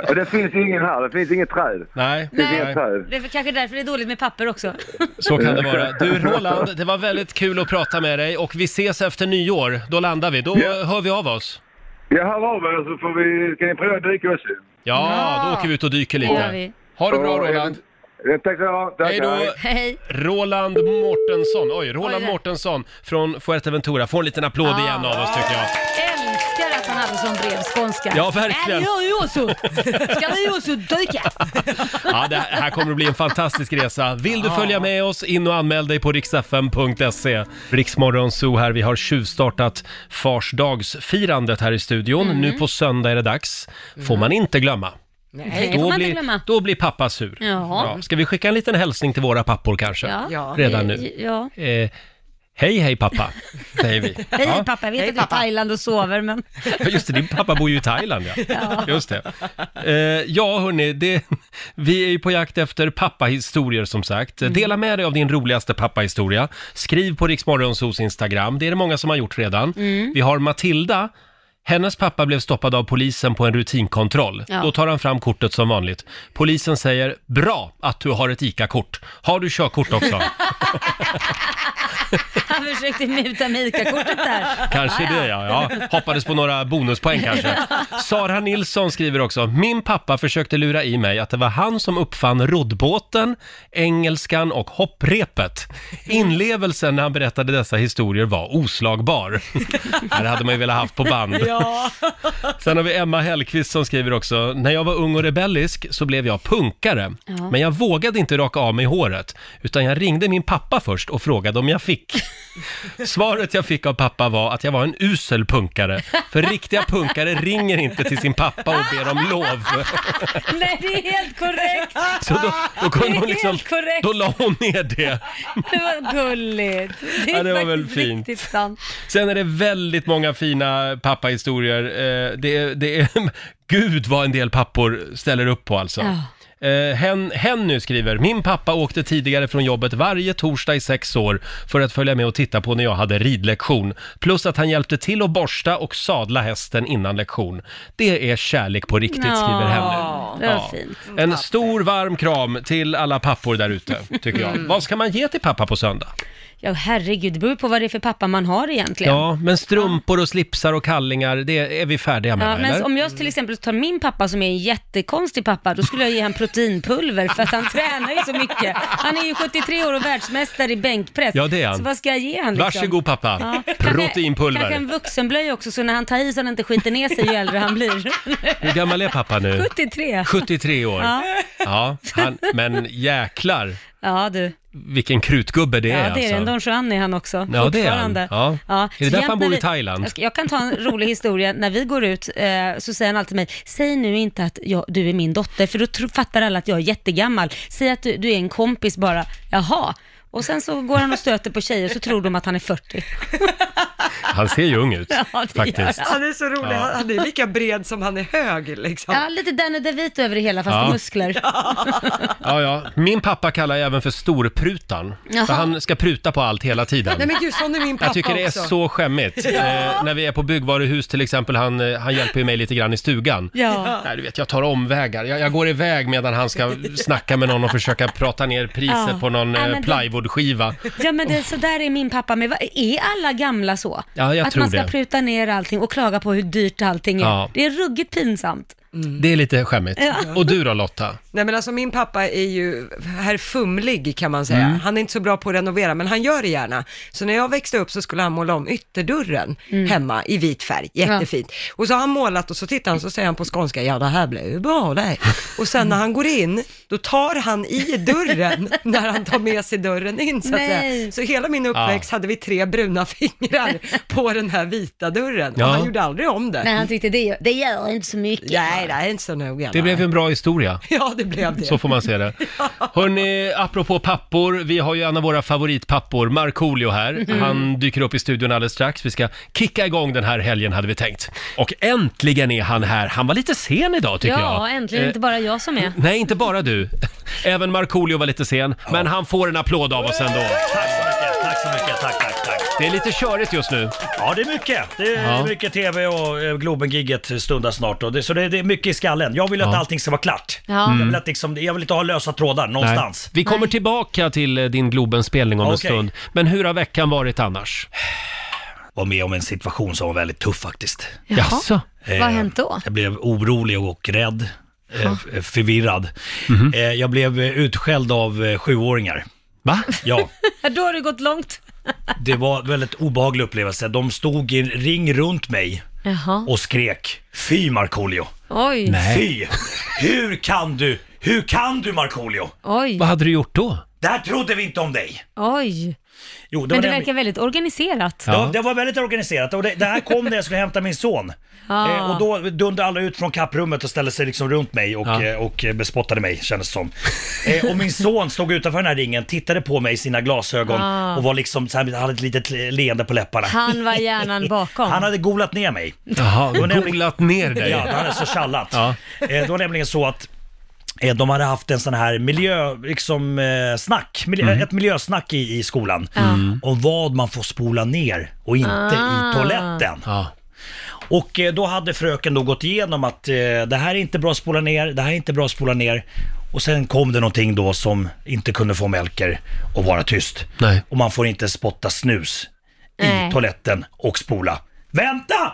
Speaker 6: och det finns ingen här. Det finns inget träd.
Speaker 1: Nej,
Speaker 6: Det finns
Speaker 1: nej.
Speaker 6: inget träd.
Speaker 2: Det är kanske därför det är dåligt med papper också.
Speaker 1: Så kan det vara. Du Roland, det var väldigt kul att prata med dig och vi ses efter nyår. Då landar vi. Då
Speaker 6: Ja.
Speaker 1: hör vi av oss.
Speaker 6: Jag hör av er så får vi... Kan ni prova att dyka också?
Speaker 1: Ja,
Speaker 2: Ja.
Speaker 1: då åker vi ut och dyker
Speaker 2: Det gör vi.
Speaker 1: lite. Ha det bra
Speaker 6: Ja,
Speaker 1: Roland.
Speaker 6: ja, Tack så mycket.
Speaker 1: Hej då.
Speaker 2: Hej.
Speaker 1: Roland Mårtensson, oj,
Speaker 2: Oj,
Speaker 1: Roland
Speaker 2: det- Ah.
Speaker 1: Mårtensson från Fuerteventura. Får en liten applåd igen av oss tycker jag.
Speaker 2: Älskar önskar att han hade sån bred skånska.
Speaker 1: Ja, verkligen.
Speaker 2: Eller hur Josu? Ska vi Josu dyka?
Speaker 1: Ja, det här kommer att bli en fantastisk resa. Vill
Speaker 2: Ah.
Speaker 1: du följa med oss, in och anmäl dig på riksfm.se. Riksmorgon Zoo här, vi har tjuvstartat farsdagsfirandet här i studion.
Speaker 2: Mhm.
Speaker 1: Nu på söndag är det dags. Får man inte glömma.
Speaker 2: Nej, det får
Speaker 1: Då
Speaker 2: man inte
Speaker 1: blir,
Speaker 2: glömma.
Speaker 1: då blir pappa sur.
Speaker 2: Jaha.
Speaker 1: Ska vi skicka en liten hälsning till våra pappor kanske?
Speaker 3: Ja.
Speaker 1: Redan nu.
Speaker 2: Ja.
Speaker 1: Eh, hej, hej pappa, säger vi.
Speaker 2: Hej
Speaker 1: Ja.
Speaker 2: pappa, jag vet
Speaker 3: Hej,
Speaker 2: att du är i
Speaker 3: pappa.
Speaker 2: Thailand och sover men...
Speaker 1: Ja, Just det, din pappa bor ju i Thailand ja. Just det. Eh, ja hörni, det, vi är ju på jakt efter pappahistorier som sagt. Dela med dig av din roligaste pappahistoria. Skriv på Riksmorgonsos Instagram, det är det många som har gjort redan. Vi har Matilda, hennes pappa blev stoppad av polisen på en rutinkontroll.
Speaker 2: Ja.
Speaker 1: Då tar han fram kortet som vanligt. Polisen säger, bra att du har ett ICA-kort. Har du körkort också?
Speaker 2: Han försökte muta med ICA-kortet där.
Speaker 1: Kanske det, ja. ja. Hoppades på några bonuspoäng kanske. Sara Nilsson skriver också, min pappa försökte lura i mig att det var han som uppfann roddbåten, engelskan och hopprepet. Inlevelsen när han berättade dessa historier var oslagbar. Ja, Det hade man ju velat haft på band. Sen har vi Emma Hellqvist som skriver också, när jag var ung och rebellisk så blev jag punkare. Men jag vågade inte raka av mig håret, utan jag ringde min pappa först och frågade om jag fick. Svaret jag fick av pappa var att jag var en usel punkare, för riktiga punkare ringer inte till sin pappa och ber om lov.
Speaker 2: Nej, det är helt korrekt.
Speaker 1: Så då, då
Speaker 2: Det
Speaker 1: kunde
Speaker 2: är
Speaker 1: hon liksom,
Speaker 2: helt korrekt.
Speaker 1: då la hon ner det.
Speaker 2: Det var gulligt. Det är
Speaker 1: Ja, det var
Speaker 2: faktiskt
Speaker 1: väl fint.
Speaker 2: riktigt sant.
Speaker 1: Sen är det väldigt många fina pappahistorier. Eh, det, är- det är, gud vad en del pappor ställer upp på alltså. Eh, Hen, Henny skriver, min pappa åkte tidigare från jobbet varje torsdag i sex år för att följa med och titta på när jag hade ridlektion. Plus att han hjälpte till att borsta och sadla hästen innan lektion. Det är kärlek på riktigt, skriver Henny.
Speaker 2: det var fint.
Speaker 1: En stor varm kram till alla pappor där ute, tycker
Speaker 2: Mm.
Speaker 1: jag. Vad ska man ge till pappa på söndag?
Speaker 2: Ja, herregud, det beror ju på vad det är för pappa man har egentligen.
Speaker 1: Ja, men strumpor och slipsar och kallingar, det är vi färdiga med,
Speaker 2: Ja, men
Speaker 1: eller?
Speaker 2: om jag till exempel tar min pappa som är en jättekonstig pappa, då skulle jag ge han proteinpulver för att han tränar ju så mycket. Han är ju 73 år och världsmästare i bänkpress.
Speaker 1: Ja, det är han.
Speaker 2: Så vad ska jag ge han liksom?
Speaker 1: Varsågod pappa,
Speaker 2: Ja.
Speaker 1: proteinpulver.
Speaker 2: Kanske en vuxenblöja också, så när han tar i så han inte skiter ner sig ju äldre han blir.
Speaker 1: Hur gammal är pappa nu?
Speaker 2: 73.
Speaker 1: 73 Eh, år. Ja,
Speaker 2: Ja.
Speaker 1: han, men jäklar
Speaker 2: Ja du,
Speaker 1: vilken krutgubbe det
Speaker 2: ja,
Speaker 1: är
Speaker 2: det är en
Speaker 1: alltså.
Speaker 2: Don Juan är han också.
Speaker 1: Ja, det är han.
Speaker 2: fortfarande.
Speaker 1: Ja. Är det
Speaker 2: så
Speaker 1: därför
Speaker 2: jämt
Speaker 1: han bor
Speaker 2: när
Speaker 1: i
Speaker 2: vi-
Speaker 1: Thailand?
Speaker 2: Jag, ska- jag kan ta en rolig historia. När vi går ut eh, så säger han alltid till mig, säg nu inte att jag, du är min dotter, för då tro, fattar alla att jag är jättegammal. Säg att du, du är en kompis bara, jaha. Och sen så går han och stöter på tjejer så tror de att han är 40.
Speaker 1: Han ser ju ung ut
Speaker 2: Ja, det gör
Speaker 1: faktiskt.
Speaker 3: Han är så rolig, han han är lika bred som han är hög liksom.
Speaker 2: Ja, lite Danny DeVito över det hela, fast
Speaker 1: Ja.
Speaker 2: i muskler.
Speaker 1: Ja, ja. Min pappa kallar jag även för storprutan. För
Speaker 2: Jaha.
Speaker 1: han ska pruta på allt hela tiden.
Speaker 3: Nej men gud, sån är min pappa
Speaker 1: Jag tycker det är
Speaker 3: också.
Speaker 1: så skämmigt. Eh, när vi är på byggvaruhus till exempel, han, eh, han hjälper ju mig lite grann i stugan.
Speaker 2: Ja.
Speaker 1: Nej, du vet, jag tar omvägar. Jag, jag går iväg medan han ska snacka med någon och försöka prata ner priset
Speaker 2: Ja.
Speaker 1: på någon
Speaker 2: Ja,
Speaker 1: eh,
Speaker 2: men det-
Speaker 1: plywoodskiva.
Speaker 2: Ja men det, så där är min pappa med. Va- Är alla gamla så?
Speaker 1: Ja, jag
Speaker 2: att
Speaker 1: tror
Speaker 2: man ska
Speaker 1: det.
Speaker 2: pruta ner allting och klaga på hur dyrt allting är.
Speaker 1: Ja.
Speaker 2: Det är ruggigt pinsamt.
Speaker 1: Det är lite skämmigt. Och du då Lotta?
Speaker 3: Nej men alltså min pappa är ju herr fumlig kan man säga.
Speaker 2: Mm.
Speaker 3: Han är inte så bra på att renovera men han gör det gärna. Så när jag växte upp så skulle han måla om ytterdörren
Speaker 2: Mm.
Speaker 3: hemma i vit färg, jättefint. Och så har han målat och så tittar han så säger han på skånska, ja det här blev ju bra det. här." Och sen när han går in, då tar han i dörren när han tar med sig dörren in så att säga.
Speaker 2: Nej.
Speaker 3: Så hela min uppväxt hade vi tre bruna fingrar på den här vita dörren.
Speaker 1: Ja.
Speaker 3: Och han gjorde aldrig om det.
Speaker 2: Men han tyckte det, det gör inte så mycket.
Speaker 3: Nej, det är inte så noga.
Speaker 1: Det blev ju en bra historia.
Speaker 3: Ja, det blev det.
Speaker 1: Så får man se det. Hörni, apropå pappor, vi har ju en av våra favoritpappor, Markoolio här.
Speaker 3: Mm.
Speaker 1: Han dyker upp i studion alldeles strax. Vi ska kicka igång den här helgen hade vi tänkt. Och äntligen är han här. Han var lite sen idag tycker jag.
Speaker 2: Ja, äntligen
Speaker 1: Eh,
Speaker 2: inte bara jag som är.
Speaker 1: Nej, inte bara du. Även Markoolio var lite sen, men han får en applåd av oss ändå.
Speaker 7: Tack så mycket, tack så mycket, tack, tack, tack.
Speaker 1: Det är lite körigt just nu.
Speaker 7: Ja, det är mycket. Det är
Speaker 1: Ja.
Speaker 7: mycket TV och eh, Globen-gigget stundar snart. Och det, så det, det är mycket i skallen. Jag vill att
Speaker 1: Ja. Mm.
Speaker 7: allting ska vara klart.
Speaker 2: Ja.
Speaker 7: Jag, vill att liksom, jag vill inte ha lösa trådar någonstans.
Speaker 1: Vi kommer tillbaka till eh, din Globenspelning om en
Speaker 7: Okej.
Speaker 1: stund. Men hur har veckan varit annars?
Speaker 7: Var med om en situation som var väldigt tuff faktiskt. Eh,
Speaker 2: Jaha.
Speaker 1: Jaså?
Speaker 2: Vad har hänt då?
Speaker 7: Jag blev orolig och rädd. eh, f- Förvirrad.
Speaker 1: Mhm.
Speaker 7: Eh, Jag blev eh, utskälld av eh, sjuåringar.
Speaker 1: Va?
Speaker 7: Ja.
Speaker 2: Då har det gått långt.
Speaker 7: Det var en väldigt obehaglig upplevelse. De stod i en ring runt mig
Speaker 2: Jaha.
Speaker 7: och skrek Fy Markoolio!
Speaker 2: Oj,
Speaker 7: Fy! Hur kan du? Hur kan du Markoolio?
Speaker 2: oj,
Speaker 1: Vad hade du gjort då?
Speaker 7: Det här trodde vi inte om dig!
Speaker 2: oj.
Speaker 7: Jo, det
Speaker 2: Men
Speaker 7: var
Speaker 2: det
Speaker 7: den-
Speaker 2: verkar väldigt organiserat.
Speaker 1: Ja.
Speaker 7: Ja, det var väldigt organiserat och det, det här kom när jag skulle hämta min son.
Speaker 2: Ah.
Speaker 7: Eh, och då dundrade alla ut från kapprummet och ställde sig liksom runt mig och,
Speaker 1: Ja.
Speaker 7: eh, och eh, bespottade mig kändes det som. Eh, och min son stod utanför den här ringen, tittade på mig i sina glasögon
Speaker 2: Ah.
Speaker 7: och var liksom så här, hade ett litet le- leende på läpparna.
Speaker 2: Han var hjärnan bakom.
Speaker 7: Han hade golat ner mig.
Speaker 1: Jaha, googlat ner dig.
Speaker 7: Ja, han är så tjallat.
Speaker 1: Ja.
Speaker 7: Eh, det var nämligen så att eh, de hade haft en sån här miljö, liksom, eh, snack, miljö,
Speaker 1: Mm.
Speaker 7: ett miljösnack i, i skolan. Om vad man får spola ner och inte i
Speaker 2: Ah.
Speaker 7: toaletten.
Speaker 1: Ja.
Speaker 7: Och eh, då hade fröken då gått igenom att eh, det här är inte bra att spola ner, det här är inte bra att spola ner. Och sen kom det någonting då som inte kunde få Melker att vara tyst.
Speaker 1: Nej.
Speaker 7: Och man får inte spotta snus i
Speaker 2: Nej.
Speaker 7: toaletten och spola. Vänta!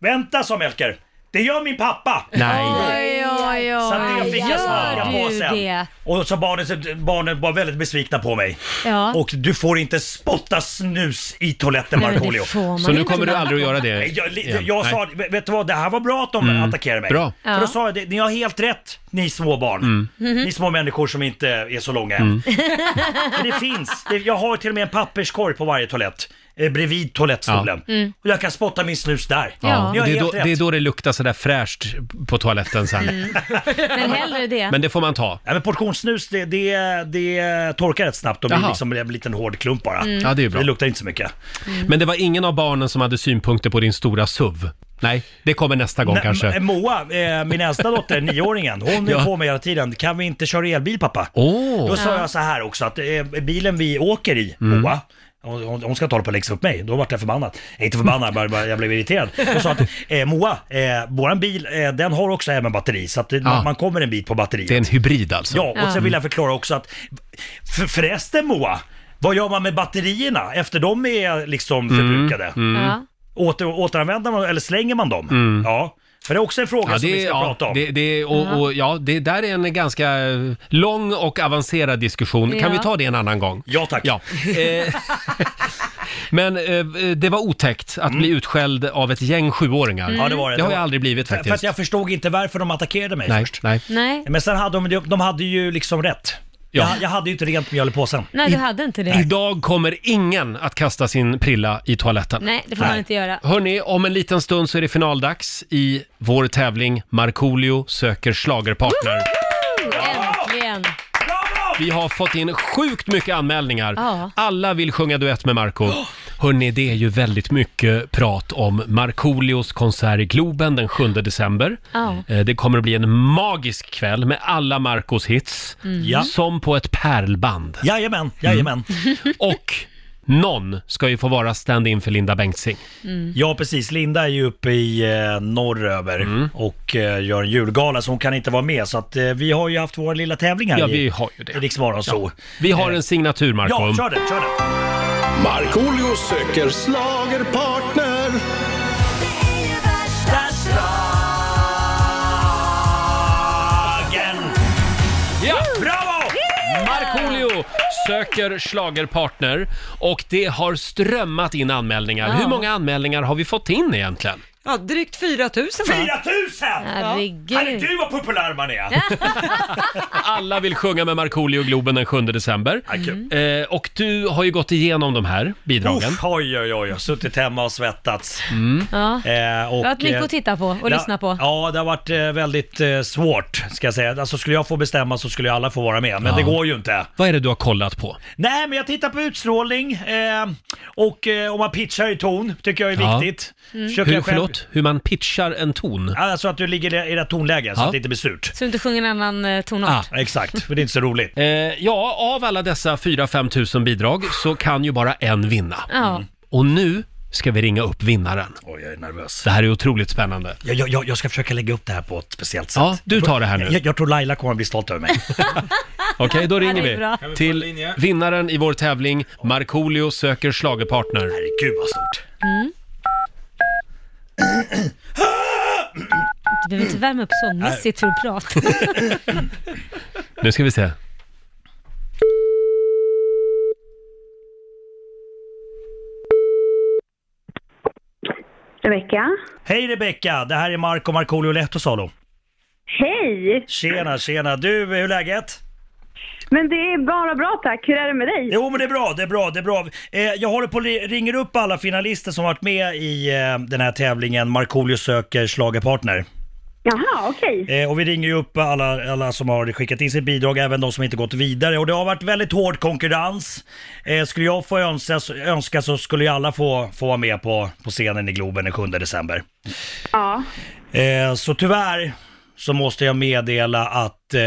Speaker 7: Vänta sa Melker! Det gör min pappa!
Speaker 1: Nej.
Speaker 2: Oj, oj,
Speaker 7: Så att jag
Speaker 2: oj.
Speaker 7: fick en smaka på
Speaker 2: Gör du
Speaker 7: sen.
Speaker 2: det?
Speaker 7: Och så barnen, barnen var väldigt besvikna på mig.
Speaker 2: Ja.
Speaker 7: Och du får inte spotta snus i toaletten
Speaker 2: Nej, men det
Speaker 7: Markoolio.
Speaker 2: får man
Speaker 1: Så nu
Speaker 2: inte.
Speaker 1: kommer du aldrig att göra det
Speaker 7: Nej, Jag, li-
Speaker 1: igen.
Speaker 7: jag
Speaker 1: Nej. Mm.
Speaker 7: sa, vet vet du vad, det här var bra att de attackerade mig.
Speaker 1: Bra. Mm.
Speaker 7: För då sa jag, det, ni har helt rätt, ni små barn.
Speaker 2: Mhm.
Speaker 7: Ni små människor som inte är så långa än. Men det finns, det, jag har till och med en papperskorg på varje toalett. Eh, bredvid toalettstolen.
Speaker 2: Mm.
Speaker 7: Och jag kan spotta min snus där.
Speaker 1: Ja,
Speaker 7: Ni har
Speaker 1: det, är
Speaker 7: helt
Speaker 1: då,
Speaker 7: rätt.
Speaker 1: det är då det luktar sådär fräscht på toaletten sen.
Speaker 2: Mm. Men hellre det.
Speaker 1: Men det får man ta.
Speaker 7: Ja, men portionssnus det, det, det torkar rätt snabbt och blir
Speaker 1: Jaha.
Speaker 7: liksom en liten hård klump bara.
Speaker 2: Mm.
Speaker 1: Ja, det är bra.
Speaker 7: Det luktar inte så mycket.
Speaker 1: Men det var ingen av barnen som hade synpunkter på din stora SUV? Nej, det kommer nästa gång
Speaker 7: Nej,
Speaker 1: kanske.
Speaker 7: M- Moa, eh, min äldsta dotter, nioåringen, hon är
Speaker 1: Ja.
Speaker 7: på mig hela tiden. Kan vi inte köra elbil pappa?
Speaker 1: Åh! Mm.
Speaker 7: Då sa jag så här också att eh, bilen vi åker i, Moa, hon, hon- hon ska ta på och läxa upp mig. Då vart jag förbannad. Eh, Inte förbannad, bara, bara jag blev irriterad. Hon sa att eh, Moa, eh, våran bil, eh, den har också även batteri. Så att eh, man, man kommer en bit på batteriet.
Speaker 1: Det är en hybrid alltså?
Speaker 7: Ja, och sen vill jag förklara också att för, förresten Moa, vad gör man med batterierna efter de är liksom
Speaker 1: Mm.
Speaker 7: förbrukade?
Speaker 2: Ja.
Speaker 7: Åter, återanvänder man eller slänger man dem? Ja, för det är också en fråga
Speaker 1: Mm. Ja,
Speaker 7: som vi
Speaker 1: det,
Speaker 7: ska
Speaker 1: ja,
Speaker 7: prata om.
Speaker 1: det, det, och, och, ja, det där är en ganska eh, lång och avancerad diskussion. Kan
Speaker 2: Ja.
Speaker 1: vi ta det en annan gång?
Speaker 7: Ja tack.
Speaker 1: Ja. Eh, Men eh, det var otäckt att bli utskälld av ett gäng sjuåringar.
Speaker 7: Mm. Ja, det var
Speaker 1: Mm.
Speaker 7: det.
Speaker 1: Det har
Speaker 7: Det
Speaker 1: jag
Speaker 7: var-
Speaker 1: aldrig blivit
Speaker 7: För, för att
Speaker 1: faktiskt.
Speaker 7: jag förstod inte varför de attackerade mig
Speaker 1: Nej,
Speaker 7: först.
Speaker 1: nej.
Speaker 2: Nej.
Speaker 7: Men sen hade de, de hade ju liksom rätt.
Speaker 1: Ja.
Speaker 7: Jag, jag hade ju inte rent mjöl i påsen.
Speaker 2: Nej, du hade inte det.
Speaker 1: Idag kommer ingen att kasta sin prilla i toaletten.
Speaker 2: Nej, det får man inte göra.
Speaker 1: Hörni, om en liten stund så är det finaldags i vår tävling Markoolio söker schlagerpartner.
Speaker 7: Ah!
Speaker 2: Äntligen!
Speaker 1: Vi har fått in sjukt mycket anmälningar.
Speaker 2: Ja.
Speaker 1: Alla vill sjunga duett med Marco. Hörni, det är ju väldigt mycket prat om Markoolios konsert i Globen den 7 december.
Speaker 2: Ja.
Speaker 1: Eh, Det kommer att bli en magisk kväll med alla Marcos hits.
Speaker 2: Mm.
Speaker 7: Ja.
Speaker 1: Som på ett pärlband. Mm.
Speaker 7: Jajamän, jajamän.
Speaker 1: Och någon ska ju få vara stand-in för Linda Bengtzing.
Speaker 2: Mm.
Speaker 7: Ja precis, Linda är ju uppe i eh, norröver
Speaker 1: Mm.
Speaker 7: och eh, gör en julgala så hon kan inte vara med. Så att eh, vi har ju haft vår lilla tävling här
Speaker 1: Ja,
Speaker 7: i-
Speaker 1: vi har ju
Speaker 7: i
Speaker 1: det.
Speaker 7: Rix Morgon Zoo.
Speaker 1: Vi har en signatur, Marco.
Speaker 7: Ja, kör den, kör den.
Speaker 4: Markoolio söker slagerpartner.
Speaker 7: Dagen.
Speaker 1: Ja!
Speaker 7: Bravo!
Speaker 1: Markoolio söker schlagerpartner och det har strömmat in anmälningar.
Speaker 2: Ja.
Speaker 1: Hur många anmälningar har vi fått in egentligen?
Speaker 3: Ja, drygt 4 000 va?
Speaker 7: 4000! Herre,
Speaker 2: Herregud.
Speaker 7: du vad populär man är!
Speaker 1: Alla vill sjunga med Markoolio i Globen den 7 december.
Speaker 7: Ja, kul.
Speaker 1: Eh, och du har ju gått igenom de här bidragen.
Speaker 7: Uff, oj, oj, oj, jag har suttit hemma och svettats.
Speaker 1: Mm.
Speaker 2: Ja.
Speaker 7: Eh, och,
Speaker 2: Det har varit mycket
Speaker 7: eh,
Speaker 2: att titta på och
Speaker 7: Ja,
Speaker 2: lyssna på.
Speaker 7: Ja, det har varit eh, väldigt eh, svårt, ska jag säga. Alltså skulle jag få bestämma så skulle ju alla få vara med, men det går ju inte.
Speaker 1: Vad är det du har kollat på?
Speaker 7: Nej, men jag tittar på utstrålning eh, och eh, om man pitchar i ton, tycker jag är
Speaker 1: Ja.
Speaker 7: viktigt.
Speaker 2: Mm.
Speaker 7: Försöker
Speaker 1: Hur,
Speaker 7: jag själv-
Speaker 1: förlåt, hur man pitchar en ton?
Speaker 7: Alltså att du ligger i rätt tonläge, så
Speaker 1: Ja.
Speaker 7: att det inte blir surt.
Speaker 2: Så du inte sjunger en annan eh, tonart.
Speaker 1: Ah.
Speaker 7: Ja, Exakt, för det är inte så roligt.
Speaker 1: Eh, ja, av alla dessa 4-5 tusen bidrag så kan ju bara en vinna.
Speaker 2: Ja.
Speaker 7: Mm.
Speaker 1: Och nu ska vi ringa upp vinnaren.
Speaker 7: Oj, jag är nervös.
Speaker 1: Det här är otroligt spännande.
Speaker 7: Jag, jag- jag, jag ska försöka lägga upp det här på ett speciellt sätt.
Speaker 1: Ja, du tar det här nu.
Speaker 7: Jag, jag tror Laila kommer att bli stolt över mig.
Speaker 1: Okej, då ringer
Speaker 2: Ja, det är bra.
Speaker 1: vi till vinnaren i vår tävling, Markoolio söker schlagerpartner.
Speaker 7: Herregud vad stort.
Speaker 2: Mm. Du behöver inte värma upp sångmässigt för att prata.
Speaker 1: Nu ska vi se.
Speaker 8: Rebecka.
Speaker 7: Hej Rebecka, det här är Marco Markoolio Lehtosalo.
Speaker 8: Hej!
Speaker 7: Tjena, tjena. Du, hur är läget?
Speaker 8: Men det är bara bra tack. Hur är det med dig?
Speaker 7: Jo men det är bra, det är bra, det är bra. Eh, jag håller på och li- ringer upp alla finalister som varit med i eh, den här tävlingen Markoolio söker schlagerpartner.
Speaker 8: Jaha, okej.
Speaker 7: Eh, och vi ringer ju upp alla, alla som har skickat in sitt bidrag, även de som inte gått vidare. Och det har varit väldigt hård konkurrens. Eh, skulle jag få önska, så- önska så skulle ju alla få, få vara med på, på scenen i Globen den 7 december.
Speaker 8: Ja.
Speaker 7: Eh, så tyvärr så måste jag meddela att eh,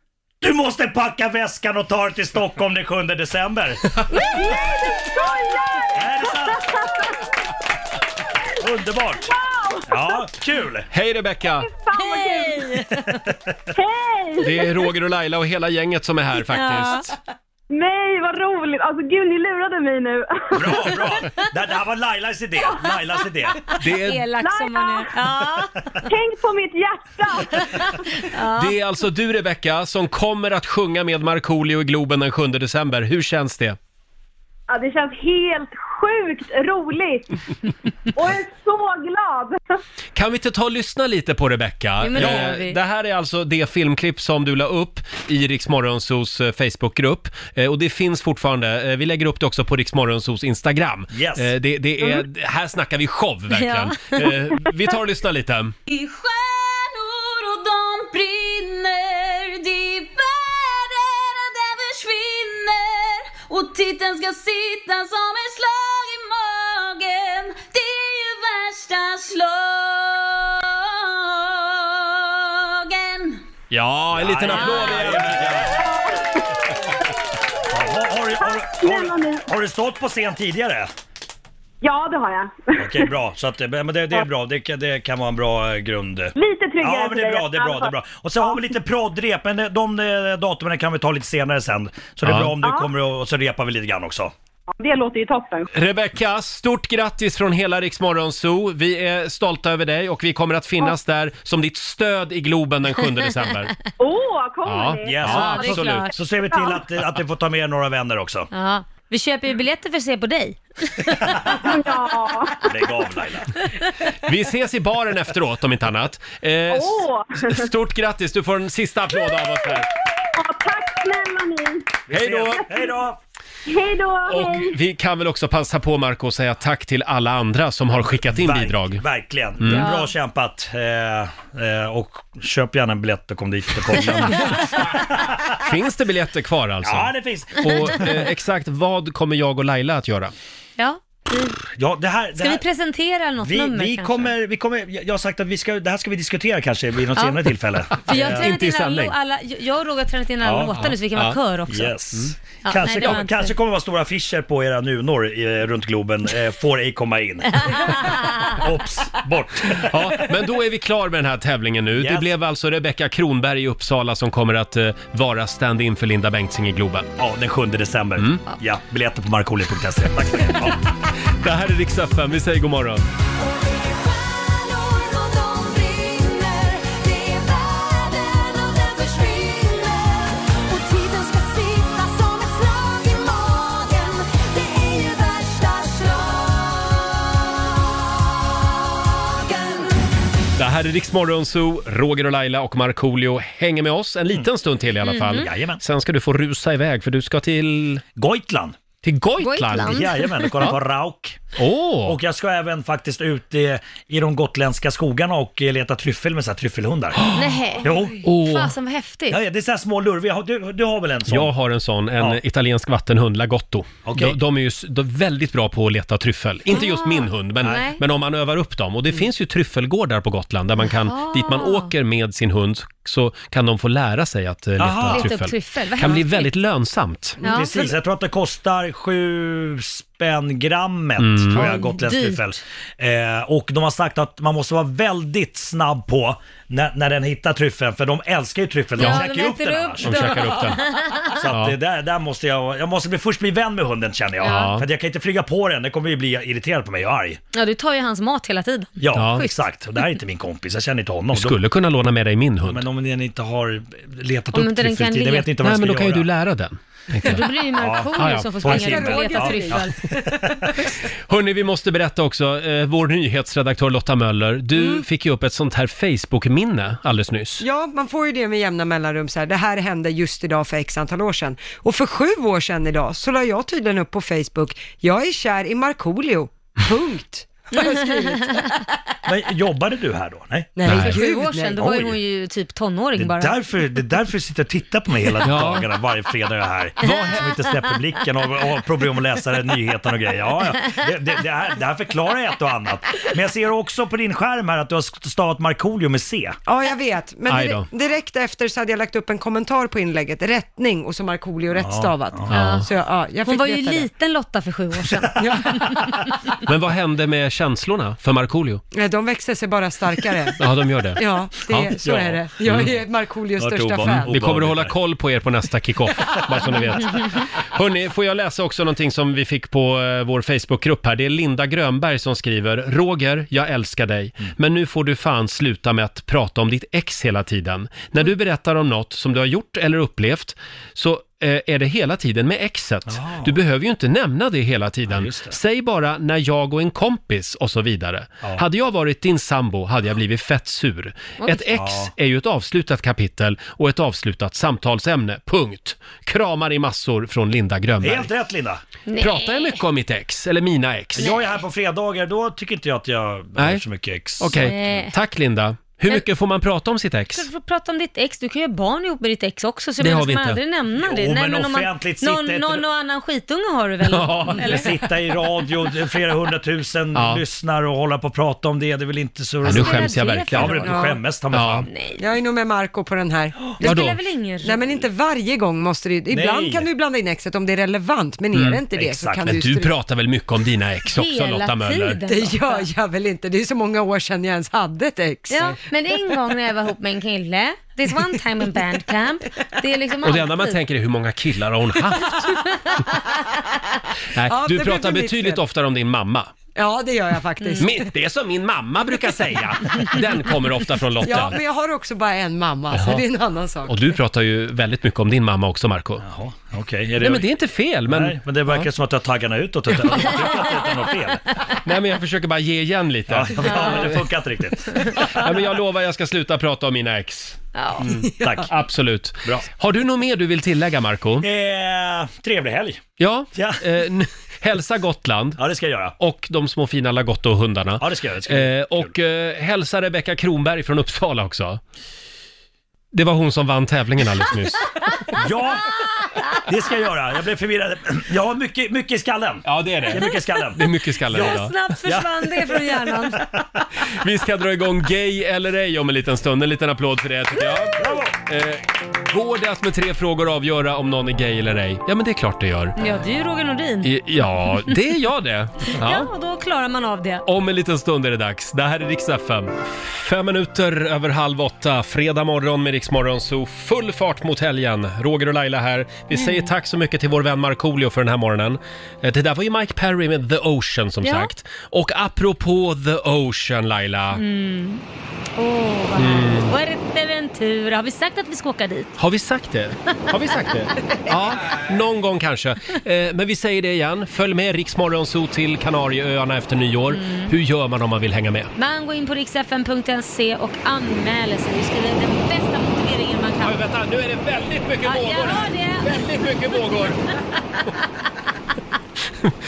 Speaker 7: du måste packa väskan och ta dig till Stockholm den 7 december.
Speaker 8: Nej, du skojar!
Speaker 7: Är det sant? Underbart! Ja, kul!
Speaker 1: Hej Rebecka!
Speaker 8: Fan vad kul!
Speaker 2: Hej!
Speaker 8: Hej!
Speaker 1: Det är Roger och Laila och hela gänget som är här faktiskt.
Speaker 8: Nej, vad roligt! Alltså gud, ni lurade mig nu.
Speaker 7: Bra, bra! Det, det här var Lailas idé. Lailas idé.
Speaker 1: Det är,
Speaker 2: Elak som man är. Ja.
Speaker 8: Tänk på mitt hjärta!
Speaker 1: det är alltså du Rebecka som kommer att sjunga med Markoolio i Globen den 7 december. Hur känns det?
Speaker 8: Ja, det känns helt sjukt roligt! Och jag är så glad!
Speaker 1: Kan vi inte ta och lyssna lite på Rebecca?
Speaker 2: Jo, men det
Speaker 1: Eh,
Speaker 2: gör vi.
Speaker 1: det här är alltså det filmklipp som du la upp i Rix Morgonzos eh, Facebookgrupp. Eh, Och det finns fortfarande. Eh, Vi lägger upp det också på Rix Morgonzos Instagram.
Speaker 7: Yes.
Speaker 1: Eh, Det, det är,
Speaker 2: Mm.
Speaker 1: Här snackar vi show verkligen. Eh, Vi tar och lyssnar lite.
Speaker 9: I stjärnor och de brinner De världarna där försvinner Och titeln ska sitta som ett slag i magen Det är ju värsta slagen
Speaker 1: Ja, en liten applåd igen.
Speaker 7: Har, har, du- har, du- har, du- har du stått på scen tidigare?
Speaker 8: Ja, det har jag.
Speaker 7: Okej, bra. Så att, det- men det, det är bra. Det, kan- det kan vara en bra eh, grund.
Speaker 8: Lite tryggare
Speaker 7: Ja, men det är bra, det är bra, det är bra. Och sen har vi lite proddrep, men de, de eh, datumen kan vi ta lite senare sen. Så det är
Speaker 1: Ja.
Speaker 7: bra om du kommer och, och så repar vi lite grann också.
Speaker 8: Det låter ju toppen.
Speaker 1: Rebecka, stort grattis från hela Rix Morgonzoo. Vi är stolta över dig och vi kommer att finnas där som ditt stöd i Globen den 7 december.
Speaker 8: Åh, kommer ni?
Speaker 7: Yes.
Speaker 1: ja
Speaker 2: det är
Speaker 1: absolut.
Speaker 2: klart.
Speaker 7: Så ser vi till att, att du får ta med några vänner också.
Speaker 2: Ja. Vi köper ju biljetter för att se på dig.
Speaker 8: Ja.
Speaker 7: Lägg av Laila.
Speaker 1: Vi ses i baren efteråt om inte annat. Eh, s-
Speaker 8: Åh.
Speaker 1: s- Stort grattis, du får en sista applåd av oss här.
Speaker 8: ja, tack snälla ni!
Speaker 7: Vi
Speaker 1: Hej
Speaker 7: ses.
Speaker 1: då.
Speaker 7: Hej då!
Speaker 8: Hej då!
Speaker 1: Och
Speaker 8: Hej!
Speaker 1: vi kan väl också passa på Marco och säga tack till alla andra som har skickat in
Speaker 7: Verk-
Speaker 1: bidrag.
Speaker 7: Verkligen.
Speaker 1: Mm.
Speaker 7: Bra kämpat. Eh, eh, och köp gärna en biljett och kom dit. Det kommer.
Speaker 1: Finns det biljetter kvar alltså?
Speaker 7: ja, det finns.
Speaker 1: Och eh, exakt vad kommer jag och Laila att göra?
Speaker 2: Ja.
Speaker 7: Ja, det här, det
Speaker 2: Ska vi
Speaker 7: här,
Speaker 2: presentera något
Speaker 7: vi,
Speaker 2: nummer
Speaker 7: vi,
Speaker 2: kanske?
Speaker 7: kommer, vi kommer, jag jag har sagt att vi ska, det här ska vi diskutera kanske vid något
Speaker 2: Ja.
Speaker 7: senare tillfälle.
Speaker 2: För jag, har
Speaker 1: Eh,
Speaker 2: tränat
Speaker 1: inte i
Speaker 2: in alla,
Speaker 1: sändning.
Speaker 2: lo- alla, jag och Roger har tränat in alla
Speaker 7: Ja,
Speaker 2: låtar nu så vi kan
Speaker 1: ja,
Speaker 2: vara kör också. Mm.
Speaker 7: Yes. Mm.
Speaker 2: Ja, nej,
Speaker 7: kanske,
Speaker 2: det var
Speaker 7: kom,
Speaker 2: inte-
Speaker 7: kanske kommer det vara stora affischer på era nunor eh, runt Globen. Eh, får ej komma in. Ops, bort.
Speaker 1: Ja, men då är vi klar med den här tävlingen nu. Det
Speaker 7: Yes.
Speaker 1: blev alltså Rebecka Kronberg i Uppsala som kommer att eh, vara stand-in för Linda Bengtzing i Globen. Mm.
Speaker 7: Ja, den 7 december. Ja, biljetter på markoolio.se. Tack så mycket. Ja.
Speaker 1: Det här är Rix FM, vi säger god morgon.
Speaker 9: Stjärnor och de brinner Det är världarna där försvinner Och titeln ska sitta som ett slag i magen Det är ju värsta slagen
Speaker 1: Det här är Rix Morgon Zoo, Roger och Laila och Markoolio hänger med oss en liten stund till i alla fall.
Speaker 7: Mm-hmm. Jajamän.
Speaker 1: Sen ska du få rusa iväg för du ska till,
Speaker 7: Goitland.
Speaker 1: till Goitland.
Speaker 2: Goitland.
Speaker 7: Jajamän, och kolla på Rauk.
Speaker 1: Åh!
Speaker 7: Och jag ska även faktiskt ut i, i de gotländska skogarna och eh, leta tryffel med så här tryffelhundar.
Speaker 2: Nej.
Speaker 7: Jo.
Speaker 1: Åh!
Speaker 2: Fasen vad häftigt.
Speaker 7: Ja, ja, det är så här små lurviga. Har- Du, du har väl en sån?
Speaker 1: Jag har en sån, en
Speaker 7: Ja.
Speaker 1: italiensk vattenhund, Lagotto.
Speaker 7: Okej.
Speaker 1: De, de är ju s- de är väldigt bra på att leta tryffel. Inte just
Speaker 3: Ah.
Speaker 1: min hund, men,
Speaker 2: Nej. Mm.
Speaker 1: men om man övar upp dem. Och det finns ju tryffelgårdar på Gotland där man kan,
Speaker 2: Ah.
Speaker 1: dit man åker med sin hund så- så kan de få lära sig att eh,
Speaker 7: Aha.
Speaker 1: leta
Speaker 7: Leta
Speaker 2: Leta
Speaker 1: tryffel.
Speaker 2: upp tryffel. Vad
Speaker 1: kan bli
Speaker 2: häftigt.
Speaker 1: väldigt lönsamt.
Speaker 2: Ja.
Speaker 3: Mm,
Speaker 7: Precis, jag tror att det kostar sju spänn grammet,
Speaker 1: Mm.
Speaker 7: tror jag, gotländskt
Speaker 2: Dyrt.
Speaker 7: tillfälle. Eh, och de har sagt att man måste vara väldigt snabb på när, när den hittar tryffeln, för de älskar ju tryffeln. De
Speaker 2: Ja,
Speaker 7: käkar
Speaker 2: de
Speaker 7: ju upp
Speaker 2: äter
Speaker 7: den
Speaker 2: upp
Speaker 7: annars.
Speaker 1: De käkar upp den.
Speaker 7: Så att det där, där måste jag, jag måste bli, först bli vän med hunden känner jag.
Speaker 1: Ja.
Speaker 7: För att jag kan inte flyga på den, den kommer ju bli irriterad på mig och arg.
Speaker 2: Ja, du tar ju hans mat hela tiden.
Speaker 7: Ja,
Speaker 1: Ja.
Speaker 7: exakt. Och det här är inte min kompis, jag känner inte honom.
Speaker 1: Du skulle kunna låna med dig min
Speaker 7: Då,
Speaker 1: hund.
Speaker 7: men om den inte har letat
Speaker 2: Om
Speaker 7: upp
Speaker 2: inte den kan
Speaker 7: tryffeln i tid, jag vet
Speaker 2: leta-
Speaker 7: inte vad
Speaker 1: Nej,
Speaker 7: jag
Speaker 1: men
Speaker 7: ska
Speaker 1: då kan ju du
Speaker 7: göra.
Speaker 1: lära den. tänkte jag.
Speaker 2: Då blir det ju Markoolio
Speaker 1: Ja, ja.
Speaker 2: som får
Speaker 1: Får
Speaker 2: springa
Speaker 7: jag
Speaker 2: runt
Speaker 7: se
Speaker 2: och
Speaker 7: det?
Speaker 2: leta
Speaker 7: Ja,
Speaker 2: tryffel.
Speaker 1: Hörni, vi måste berätta också, eh, vår nyhetsredaktör Lotta Möller, du
Speaker 2: Mm.
Speaker 1: fick ju upp ett sånt här Facebook-minne alldeles nyss.
Speaker 3: Ja, man får ju det med jämna mellanrum så här. Det här hände just idag för x antal år sedan. Och för sju år sedan idag så la jag tydligen upp på Facebook, jag är kär i Markoolio, punkt. Har jag skrivit.
Speaker 7: Men jobbade du här då? Nej?
Speaker 3: Nej,
Speaker 1: Nej.
Speaker 2: Sju
Speaker 3: gud
Speaker 2: år
Speaker 3: nej.
Speaker 2: sedan, då var ju
Speaker 7: Oj.
Speaker 2: hon ju typ
Speaker 7: Det
Speaker 2: tonåring
Speaker 7: är,
Speaker 2: bara.
Speaker 7: därför, det är därför jag sitter och tittar på mig hela
Speaker 1: Ja.
Speaker 7: dagarna, varje fredag jag är här. Som inte släpper blicken och och har problem att läsa det, nyheterna och grejer. Ja, ja. Det, det, det, här, det här förklarar ett och annat. Men jag ser också på din skärm här att du har stavat Markoolio med C.
Speaker 3: Ja, jag vet. Men
Speaker 1: Aj
Speaker 3: dire-
Speaker 1: då.
Speaker 3: direkt efter så hade jag lagt upp en kommentar på inlägget, rättning och så Markoolio rättstavat.
Speaker 2: ja.
Speaker 3: Så jag, ja, jag
Speaker 2: Hon
Speaker 3: fick
Speaker 2: var ju
Speaker 3: veta det.
Speaker 2: liten Lotta för sju år sedan.
Speaker 1: Men vad hände med känslorna för Markoolio?
Speaker 3: Nej, De växte sig bara starkare.
Speaker 1: Ja, de gör det.
Speaker 3: Ja, det,
Speaker 1: Ja, Mm.
Speaker 3: så
Speaker 7: ja.
Speaker 3: är det. Jag är Markoolios
Speaker 7: Vart
Speaker 3: största
Speaker 7: ovan-
Speaker 3: fan.
Speaker 1: Vi kommer att hålla
Speaker 7: Obehagligt.
Speaker 1: koll på er på nästa kickoff, bara så ni vet. Hörni, får jag läsa också någonting som vi fick på eh, vår Facebookgrupp här. Det är Linda Grönberg som skriver, Roger, jag älskar dig,
Speaker 7: Mm.
Speaker 1: men nu får du fan sluta med att prata om ditt ex hela tiden. När du berättar om något som du har gjort eller upplevt, så eh, är det hela tiden med exet.
Speaker 7: Ah.
Speaker 1: Du behöver ju inte nämna det hela tiden. Säg bara när jag och en kompis och så vidare. Hade jag varit din sambo hade jag blivit fett sur. Ett ex är ju ett avslutat kapitel och ett avslutat samtalsämne. Punkt. Kramar i massor från Linda Grönberg.
Speaker 7: Helt rätt Linda!
Speaker 1: Pratar jag mycket om mitt ex, eller mina ex?
Speaker 7: Jag är här på fredagar, då tycker inte jag att jag har
Speaker 1: Nej.
Speaker 7: så mycket ex.
Speaker 1: Okej,
Speaker 2: Nej.
Speaker 1: tack Linda. Hur mycket får man prata om sitt ex?
Speaker 2: Du får prata om ditt ex, du kan ju ha barn ihop med ditt ex också, så
Speaker 1: Det
Speaker 2: jag
Speaker 1: har
Speaker 2: menar,
Speaker 1: vi
Speaker 2: ska man
Speaker 1: inte.
Speaker 2: aldrig nämna
Speaker 7: Jo,
Speaker 2: det?
Speaker 7: men
Speaker 2: man-
Speaker 7: offentligt
Speaker 2: någon,
Speaker 7: sitter ett-
Speaker 2: någon och annan skitunge har du väl?
Speaker 1: Ja.
Speaker 7: Eller sitta i radio, flera hundratusen
Speaker 1: Ja.
Speaker 7: lyssnar och hålla på och prata om det, det är väl inte så
Speaker 1: Ja,
Speaker 7: roligt.
Speaker 1: nu skäms jag
Speaker 2: det
Speaker 1: verkligen.
Speaker 7: Ja, men du
Speaker 3: Ja.
Speaker 7: skämmes ta mig
Speaker 1: Ja.
Speaker 7: fan.
Speaker 3: Jag är nog med Marco på den här.
Speaker 2: Det
Speaker 1: Vadå?
Speaker 2: spelar väl ingen
Speaker 3: Nej
Speaker 2: roll?
Speaker 3: men inte varje gång måste du, ibland
Speaker 7: Nej.
Speaker 3: kan du blanda in exet om det är relevant, men Mm. är det inte det
Speaker 7: exakt.
Speaker 3: så kan
Speaker 1: Mm. Men
Speaker 3: du...
Speaker 1: du
Speaker 3: stryka.
Speaker 1: pratar väl mycket om dina ex också
Speaker 2: Hela
Speaker 1: Lotta Möller?
Speaker 2: tiden.
Speaker 3: Det gör jag väl inte, det är så många år sedan jag ens hade ett ex.
Speaker 2: Ja, men en gång när jag var ihop med en kille, this one time in bandcamp, det är liksom
Speaker 1: Och det enda man
Speaker 2: alltid-
Speaker 1: tänker är hur många killar har hon haft? Nej,
Speaker 3: Ja,
Speaker 1: du
Speaker 3: det blev
Speaker 1: pratar
Speaker 3: väl
Speaker 1: betydligt
Speaker 3: mitt fel.
Speaker 1: oftare om din mamma.
Speaker 3: Ja, det gör jag faktiskt.
Speaker 1: Min, det är som min mamma brukar säga. Den kommer ofta från Lotta.
Speaker 3: Ja, men jag har också bara en mamma, så
Speaker 1: Jaha.
Speaker 3: det är en annan sak.
Speaker 1: Och du pratar ju väldigt mycket om din mamma också, Marco.
Speaker 7: Jaha, okej. Är
Speaker 1: Nej, men det är inte fel, men,
Speaker 7: Nej, men det verkar som att du har taggarna utåt. Jag tycker att det är något fel.
Speaker 1: nej, men jag försöker bara ge igen lite.
Speaker 7: Ja, ja, men det funkar inte riktigt.
Speaker 1: Nej, men jag lovar, jag ska sluta prata om mina ex.
Speaker 2: Ja.
Speaker 7: Mm, Tack.
Speaker 1: Absolut.
Speaker 7: Bra.
Speaker 1: Har du något mer du vill tillägga, Marco?
Speaker 7: Eh, trevlig helg.
Speaker 1: Ja.
Speaker 7: Ja.
Speaker 1: Eh, n- hälsa Gotland.
Speaker 7: Ja, det ska jag göra.
Speaker 1: och de små fina Lagotto-hundarna.
Speaker 7: Ja, det ska jag göra, det ska jag göra.
Speaker 1: eh, och eh, hälsa Rebecka Kronberg från Uppsala också. Det var hon som vann tävlingen alldeles nyss.
Speaker 7: Ja, det ska jag göra. Jag blev förvirrad. Jag har mycket, mycket i skallen.
Speaker 1: Ja, det är
Speaker 7: Det är mycket i skallen.
Speaker 1: Det är mycket skallar
Speaker 7: Ja.
Speaker 1: idag.
Speaker 2: Snabbt försvann det från hjärnan.
Speaker 1: Vi ska dra igång Gay eller ej om en liten stund. En liten applåd för det tycker jag.
Speaker 7: Bravo!
Speaker 1: Eh, går det att med tre frågor avgöra om någon är gay eller ej? Ja, men det är klart det gör.
Speaker 2: Ja, du är Roger Nordin.
Speaker 1: I, ja, det är jag det.
Speaker 2: Ja, då klarar man av det.
Speaker 1: Om en liten stund är det dags. Det här är Rix FM. Fem minuter över halv åtta, fredag morgon med Rix Morgon, så full fart mot helgen. Roger och Laila här. Vi
Speaker 2: Mm.
Speaker 1: säger tack så mycket till vår vän Markoolio för den här morgonen. Eh, Det där var ju Mike Perry med The Ocean som
Speaker 2: Ja.
Speaker 1: sagt. Och apropå The Ocean Laila,
Speaker 2: Mm.
Speaker 1: Mm.
Speaker 2: Åh, oh, vad härligt. Fuerteventura. Har vi sagt att vi ska åka dit?
Speaker 1: har vi sagt det? Har vi sagt det? Ja, någon gång kanske. Eh, Men vi säger det igen, följ med Rix Morgon Zoo till Kanarieöarna efter nyår.
Speaker 2: Mm.
Speaker 1: Hur gör man om man vill hänga med?
Speaker 2: Man går in på riksfn.se och anmäler sig. Du skriver den bästa motiveringen man kan.
Speaker 1: Oj, vänta, nu är det väldigt mycket
Speaker 2: Ja, jag
Speaker 1: vågor här.
Speaker 2: hör det.
Speaker 1: Väldigt mycket vågor.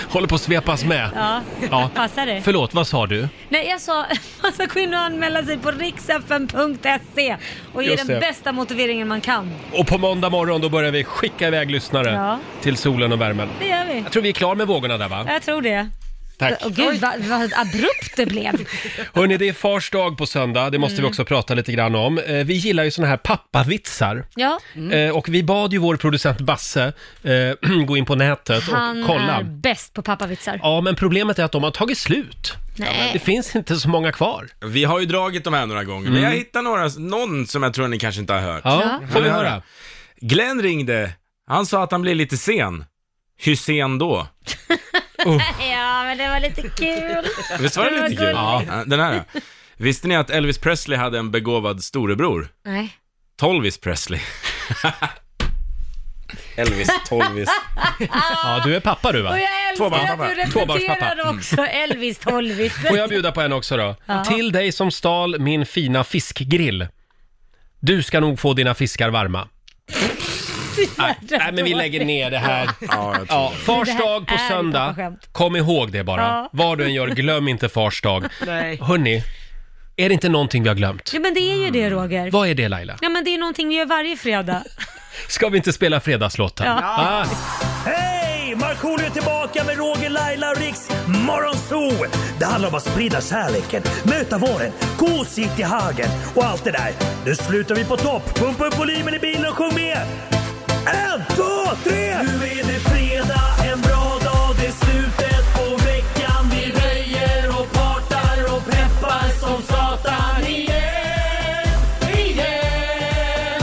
Speaker 1: Håller på att svepas med.
Speaker 2: Ja,
Speaker 1: Ja.
Speaker 2: passar det?
Speaker 1: Förlåt, vad sa du?
Speaker 2: Nej, jag sa man ska gå in och anmäla sig på riksfn.se och ge
Speaker 1: Just
Speaker 2: den
Speaker 1: det.
Speaker 2: bästa motiveringen man kan.
Speaker 1: Och på måndag morgon då börjar vi skicka iväg lyssnare
Speaker 2: Ja.
Speaker 1: till solen och värmen.
Speaker 2: Det gör vi.
Speaker 1: Jag tror vi är klara med vågorna där va?
Speaker 2: Jag tror det.
Speaker 1: Tack.
Speaker 2: Åh, gud, vad, vad abrupt det blev.
Speaker 1: Hörni, det är fars dag på söndag. Det måste
Speaker 2: Mm.
Speaker 1: vi också prata lite grann om. Eh, Vi gillar ju såna här pappavitsar.
Speaker 2: Ja.
Speaker 1: Eh, Och vi bad ju vår producent Basse eh, gå in på nätet
Speaker 2: Han
Speaker 1: och kolla.
Speaker 2: är bäst på pappavitsar.
Speaker 1: Ja, men problemet är att de har tagit slut. Det
Speaker 2: Nej.
Speaker 1: finns inte så många kvar.
Speaker 5: Vi har ju dragit de här några gånger, men jag hittar några, någon som jag tror ni kanske inte har hört.
Speaker 1: Mm. Ja, får vi höra.
Speaker 5: Glenn ringde, han sa att han blev lite sen. Hur sen då?
Speaker 2: Ja, men det var lite kul.
Speaker 5: Visst var
Speaker 2: Det var
Speaker 5: det lite kul?
Speaker 2: gulligt.
Speaker 5: Ja, den här då. Visste ni att Elvis Presley hade en begåvad storebror?
Speaker 2: Nej.
Speaker 5: Tolvis Presley. Elvis, Tolvis.
Speaker 1: Ja, du är pappa du va?
Speaker 2: Och jag är älskar att
Speaker 5: Tvåbarnspappa.
Speaker 2: du repeterade
Speaker 1: Tvåbarnspappa.
Speaker 2: också Elvis Tolvis.
Speaker 1: Får jag bjuda på en också då?
Speaker 2: Ja.
Speaker 1: Till dig som stal min fina fiskgrill. Du ska nog få dina fiskar varma. Nej, nej, men vi lägger ner det här.
Speaker 5: Ja, jag tror
Speaker 1: Ja, fars
Speaker 2: Det här
Speaker 1: dag på
Speaker 2: är
Speaker 1: söndag.
Speaker 2: pappaskämt.
Speaker 1: Kom ihåg det bara.
Speaker 2: Ja.
Speaker 1: Vad du än gör, glöm inte fars dag.
Speaker 3: Nej.
Speaker 1: Hörni, är det inte någonting vi har glömt?
Speaker 2: Ja men det är ju det Roger.
Speaker 1: Vad är det Laila?
Speaker 2: Ja men det är någonting vi gör varje fredag.
Speaker 1: Ska vi inte spela fredagslåten?
Speaker 2: Ja.
Speaker 1: Ah,
Speaker 7: Hej! Markoolio är tillbaka med Roger, Laila och Riks Morgonzoo! Det handlar om att sprida kärleken, möta våren, gosigt i hagen och allt det där. Nu slutar vi på topp! Pumpa upp volymen i bilen och sjung med! En, två, tre! Nu är det fredag, en bra dag, det är slutet på veckan. Vi röjer och partar och peppar som satan igen, igen,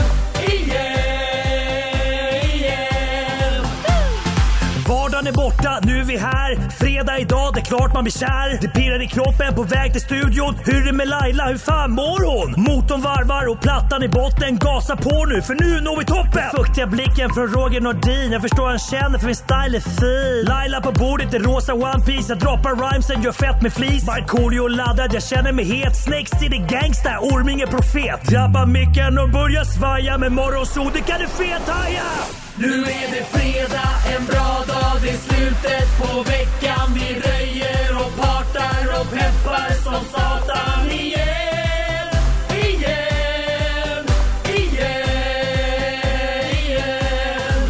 Speaker 7: igen, igen. Vardagen är borta, nu är vi här. Fredag idag, det är klart man blir kär. Det pirrar i kroppen på väg till studion. Hur är det med Laila, hur fan mår hon? Motorn varvar och plattan i botten. Gasa på nu, för nu når vi toppen! Fuktiga blicken från Roger Nordin. Jag förstår han känner, för min style är fin. Laila på bordet i rosa One Piece Jag droppar rhymesen, gör fett med flis. Markoolio laddad, jag känner mig het. Snakes city gangsta, Orminge profet. Drabbar micken och börjar svaja. Med morgonsol, det kan du fethaja! Nu är det fredag, en bra dag, det är slutet på veckan. Vi röjer och partar och peppar som satan igen, igen, igen, igen.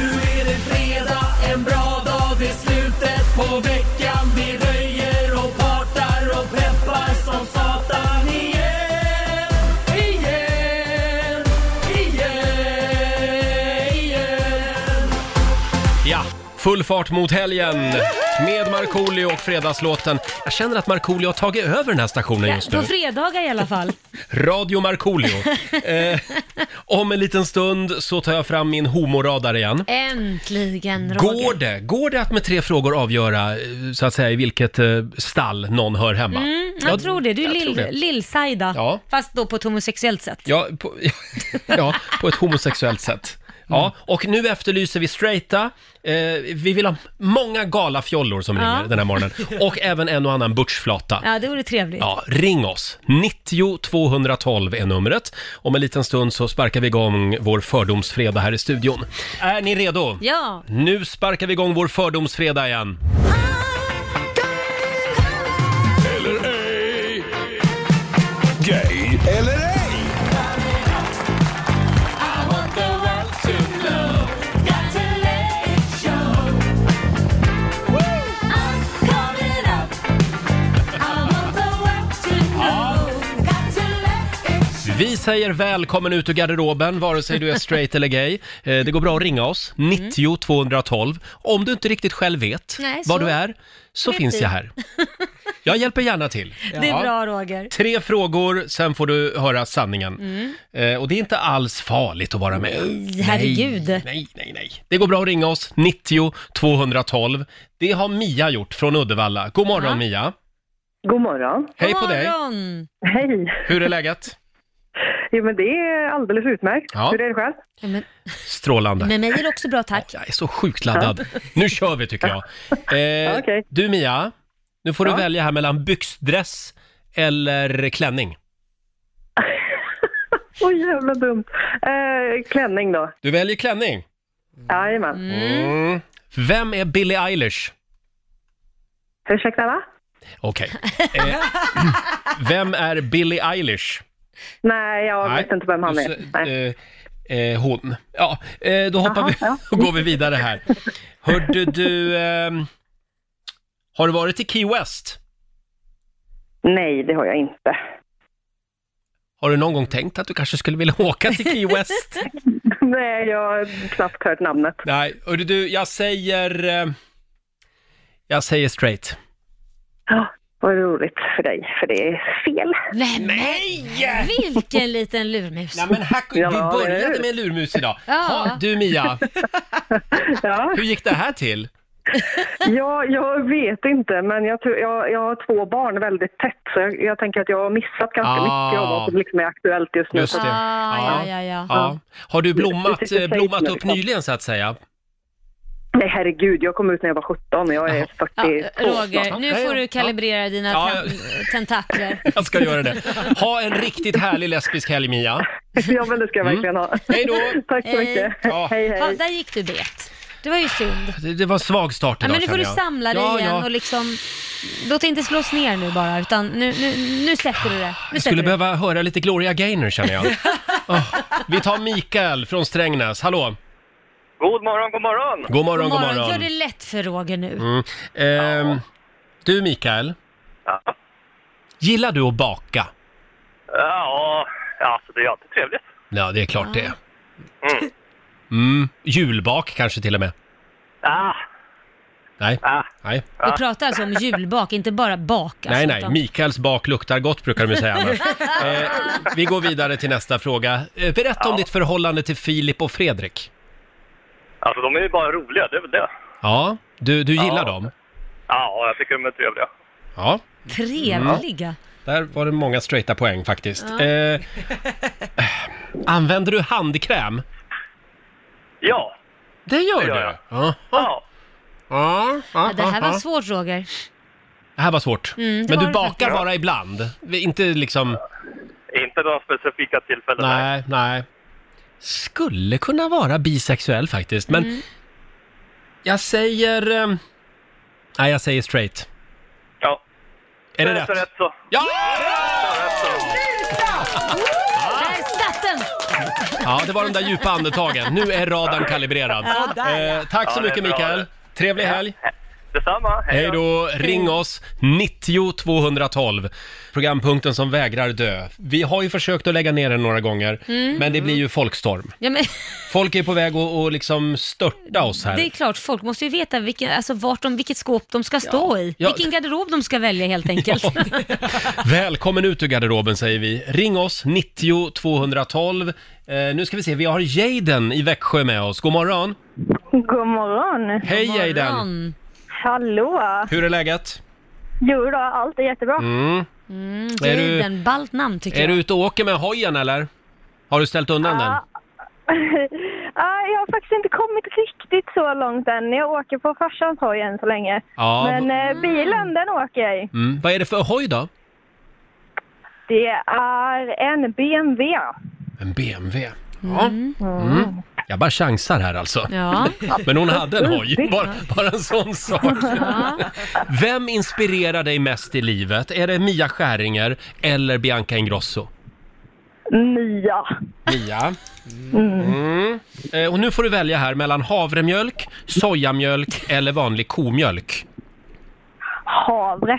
Speaker 7: Nu är det fredag, en bra dag, det är slutet på veckan. Vi röjer och partar och peppar som satan igen, igen, igen, igen.
Speaker 1: ja, full fart mot helgen med Markoolio och fredagslåten. Jag känner att Markoolio har tagit över den här stationen just nu.
Speaker 2: På fredagar i alla fall.
Speaker 1: Radio Markoolio. Eh, om en liten stund så tar jag fram min homoradar igen.
Speaker 2: Äntligen Eh, Roger.
Speaker 1: Går det, går det att med tre frågor avgöra eh, så att säga i vilket eh, stall någon hör hemma?
Speaker 2: Mm, jag, tror det. Du är
Speaker 1: jag tror
Speaker 2: lill-
Speaker 1: det.
Speaker 2: lill-Saida.
Speaker 1: Ja.
Speaker 2: Fast då på ett homosexuellt sätt.
Speaker 1: Ja, på, ja, på ett homosexuellt sätt.
Speaker 2: Mm.
Speaker 1: Ja, och nu efterlyser vi straighta. Eh, vi vill ha många galafjollor som
Speaker 2: Ja.
Speaker 1: ringer den här morgonen. Och även en och annan butchflata.
Speaker 2: Ja, det vore trevligt.
Speaker 1: Ja, ring oss. 90 212 är numret. Om en liten stund så sparkar vi igång vår fördomsfredag här i studion. Är ni redo?
Speaker 2: Ja.
Speaker 1: Nu sparkar vi igång vår fördomsfredag igen.
Speaker 4: Eller ej. Gay eller ej.
Speaker 1: Vi säger välkommen ut ur garderoben, vare sig du är straight eller gay. Eh, Det går bra att ringa oss, 90 212. Om du inte riktigt själv vet
Speaker 2: Nej,
Speaker 1: vad
Speaker 2: så
Speaker 1: du är, så
Speaker 2: vet
Speaker 1: finns
Speaker 2: vi.
Speaker 1: jag här. Jag hjälper gärna till.
Speaker 2: Det är bra Roger.
Speaker 1: Tre frågor, sen får du höra sanningen.
Speaker 2: Mm.
Speaker 1: Eh, och det är inte alls farligt att vara med. Nej,
Speaker 2: herregud.
Speaker 1: Nej, nej, nej. Det går bra att ringa oss, 90 212. Det har Mia gjort från Uddevalla. God morgon
Speaker 2: Ja.
Speaker 1: Mia!
Speaker 10: God morgon.
Speaker 1: Hej
Speaker 2: God
Speaker 1: på dig!
Speaker 2: morgon.
Speaker 10: Hej.
Speaker 1: Hur är läget?
Speaker 10: Jo, men det är alldeles utmärkt.
Speaker 1: Ja.
Speaker 10: Hur är det själv?
Speaker 2: Ja, men,
Speaker 1: Strålande.
Speaker 2: med mig är det också bra tack.
Speaker 1: Jag är så sjukt laddad. Nu kör vi tycker jag. Eh,
Speaker 10: Ja, okej.
Speaker 1: Du Mia, nu får du
Speaker 10: Ja.
Speaker 1: välja här mellan byxdress eller klänning.
Speaker 10: Oj, jävla dumt. Eh, klänning då?
Speaker 1: Du väljer klänning.
Speaker 10: Jajamän.
Speaker 1: Mm. Vem är Billie Eilish?
Speaker 10: Ursäkta, va?
Speaker 1: Okej. Eh, vem är Billie Eilish?
Speaker 10: Nej, jag vet inte vem han
Speaker 1: du
Speaker 10: är.
Speaker 1: s-
Speaker 10: Nej.
Speaker 1: Eh, eh, hon. Ja, eh, då hoppar
Speaker 10: Jaha,
Speaker 1: vi
Speaker 10: ja.
Speaker 1: och går vi vidare här. Hörde du, ehm, har du varit i Key West?
Speaker 10: Nej, det har jag inte.
Speaker 1: Har du någon gång tänkt att du kanske skulle vilja åka till Key West?
Speaker 10: Nej, jag har knappt hört namnet.
Speaker 1: Nej, hörru du, jag säger... eh, Jag säger straight.
Speaker 10: Ja, vad roligt för dig, för det är fel.
Speaker 2: Nej, men, vilken liten lurmus.
Speaker 1: Nej men här,
Speaker 10: Ja,
Speaker 1: vi
Speaker 10: eller
Speaker 1: började
Speaker 10: hur?
Speaker 1: med en lurmus idag.
Speaker 2: Ja.
Speaker 1: Ha, du Mia,
Speaker 10: Ja,
Speaker 1: hur gick det här till?
Speaker 10: jag, jag vet inte, men jag, tror- jag, jag har två barn väldigt tätt, så jag, jag tänker att jag har missat ganska
Speaker 1: Ah.
Speaker 10: mycket av vad som liksom är aktuellt just nu.
Speaker 1: Just det.
Speaker 2: Ah, ja, ja, ja.
Speaker 1: Ja. Har du blommat,
Speaker 10: Lite
Speaker 1: eh, blommat
Speaker 10: safe
Speaker 1: upp
Speaker 10: nu, liksom.
Speaker 1: nyligen så att säga?
Speaker 10: Nej herregud, jag kom ut när jag var 17 och jag är 42
Speaker 2: Roger,
Speaker 10: snart.
Speaker 2: nu får du kalibrera dina
Speaker 1: Ja.
Speaker 2: ten- tentakler.
Speaker 1: Jag ska göra det. Ha en riktigt härlig lesbisk helg, Mia.
Speaker 10: Ja men det ska jag verkligen ha.
Speaker 1: Mm. Hej då!
Speaker 10: Tack så mycket.
Speaker 1: Ja.
Speaker 10: Hej
Speaker 2: Eh, Ja,
Speaker 10: hej.
Speaker 2: där gick du bet. Det var ju synd.
Speaker 1: Det, det var en svag start
Speaker 2: Ja,
Speaker 1: idag,
Speaker 2: men nu får
Speaker 1: känner
Speaker 2: du
Speaker 1: jag.
Speaker 2: samla dig
Speaker 1: ja,
Speaker 2: igen
Speaker 1: ja.
Speaker 2: och liksom, låt det inte slås ner nu bara, utan nu, nu, nu släpper du det. Nu
Speaker 1: Jag skulle
Speaker 2: släpper du.
Speaker 1: behöva höra lite Gloria Gaynor, känner jag. Åh, vi tar Mikael från Strängnäs. Hallå!
Speaker 11: God morgon, god morgon!
Speaker 1: God morgon, god morgon.
Speaker 2: Gör det lätt för Roger nu.
Speaker 1: Mm. Ehm, Du, Mikael. Gillar du att baka?
Speaker 11: Ja, alltså det är alltid trevligt.
Speaker 1: Ja, det är klart det.
Speaker 11: Mm.
Speaker 1: Mm. Julbak kanske till och med?
Speaker 11: Ah,
Speaker 1: Nej.
Speaker 10: Ah.
Speaker 1: Nej.
Speaker 2: Vi pratar alltså om julbak, inte bara baka.
Speaker 1: Nej, nej.
Speaker 2: utan-
Speaker 1: Mikaels bak luktar gott brukar de ju säga annars. eh, vi går vidare till nästa fråga. Eh, berätta om ditt förhållande till Filip och Fredrik.
Speaker 11: alltså de är ju bara roliga, det är väl det.
Speaker 1: Ja, du, du gillar dem?
Speaker 11: Ja, jag tycker de är trevliga.
Speaker 1: Ja.
Speaker 11: Mm.
Speaker 1: Mm.
Speaker 2: Trevliga.
Speaker 1: Där var det många straighta poäng faktiskt.
Speaker 2: Ja.
Speaker 1: Eh, använder du handkräm?
Speaker 11: Ja.
Speaker 1: Det gör, du? Ja.
Speaker 11: Ja.
Speaker 1: Ja,
Speaker 2: Ja, det här var svårt Roger.
Speaker 1: Det här var svårt.
Speaker 2: Mm, det
Speaker 1: Men
Speaker 2: var
Speaker 1: du
Speaker 2: det
Speaker 1: bakar
Speaker 2: faktiskt.
Speaker 1: bara ibland? Inte liksom...
Speaker 11: Inte några specifika tillfällen.
Speaker 1: Nej, nej. Skulle kunna vara bisexuell faktiskt, men jag säger... ehm, Nej, jag säger straight.
Speaker 11: Ja.
Speaker 1: Är det
Speaker 11: så
Speaker 1: rätt?
Speaker 11: så.
Speaker 1: Ja!
Speaker 2: Där satt den!
Speaker 1: Ja, det var de där djupa andetagen. Nu är radarn kalibrerad.
Speaker 2: Ja, där, ja.
Speaker 1: Eh, tack så
Speaker 11: Ja, det är
Speaker 1: mycket
Speaker 11: bra
Speaker 1: Mikael.
Speaker 11: det.
Speaker 1: Trevlig helg.
Speaker 11: Detsamma.
Speaker 1: Hej då. Ring oss, 90 212. Programpunkten som vägrar dö. Vi har ju försökt att lägga ner den några gånger,
Speaker 2: Mm.
Speaker 1: men det blir ju folkstorm.
Speaker 2: Ja, men,
Speaker 1: Folk är på väg att att liksom störta oss här.
Speaker 2: det är klart, folk måste ju veta vilken, alltså, vart de, vilket skåp de ska stå i.
Speaker 1: Ja.
Speaker 2: Vilken garderob de ska välja helt enkelt.
Speaker 1: Välkommen ut ur garderoben säger vi. Ring oss, 90 212. Eh, nu ska vi se, vi har Jaden i Växjö med oss. God morgon!
Speaker 12: God morgon!
Speaker 1: Hej, God morgon. Aiden.
Speaker 12: Hallå!
Speaker 1: Hur är läget?
Speaker 12: Jo då, allt är jättebra.
Speaker 1: Mm. Är du-
Speaker 2: Jaden, ballt namn tycker
Speaker 1: Är
Speaker 2: jag.
Speaker 1: du ute och åker med hojen eller? Har du ställt undan den?
Speaker 12: Ah, jag har faktiskt inte kommit riktigt så långt än. Jag åker på farsans hoj än så länge.
Speaker 1: Ja.
Speaker 12: Men eh, bilen, den åker jag i.
Speaker 1: Mm. Vad är det för hoj då?
Speaker 12: Det är en BMW.
Speaker 1: En BMW. Ja. Mm. Jag bara chansar här alltså.
Speaker 12: Ja.
Speaker 1: Men hon hade en hoj,
Speaker 12: Ja.
Speaker 1: bara, bara en sån sak. Vem inspirerar dig mest i livet? Är det Mia Skäringer eller Bianca Ingrosso?
Speaker 12: Mia.
Speaker 1: Mia. Mm. Eh, Och nu får du välja här mellan havremjölk, sojamjölk eller vanlig komjölk.
Speaker 12: Havre.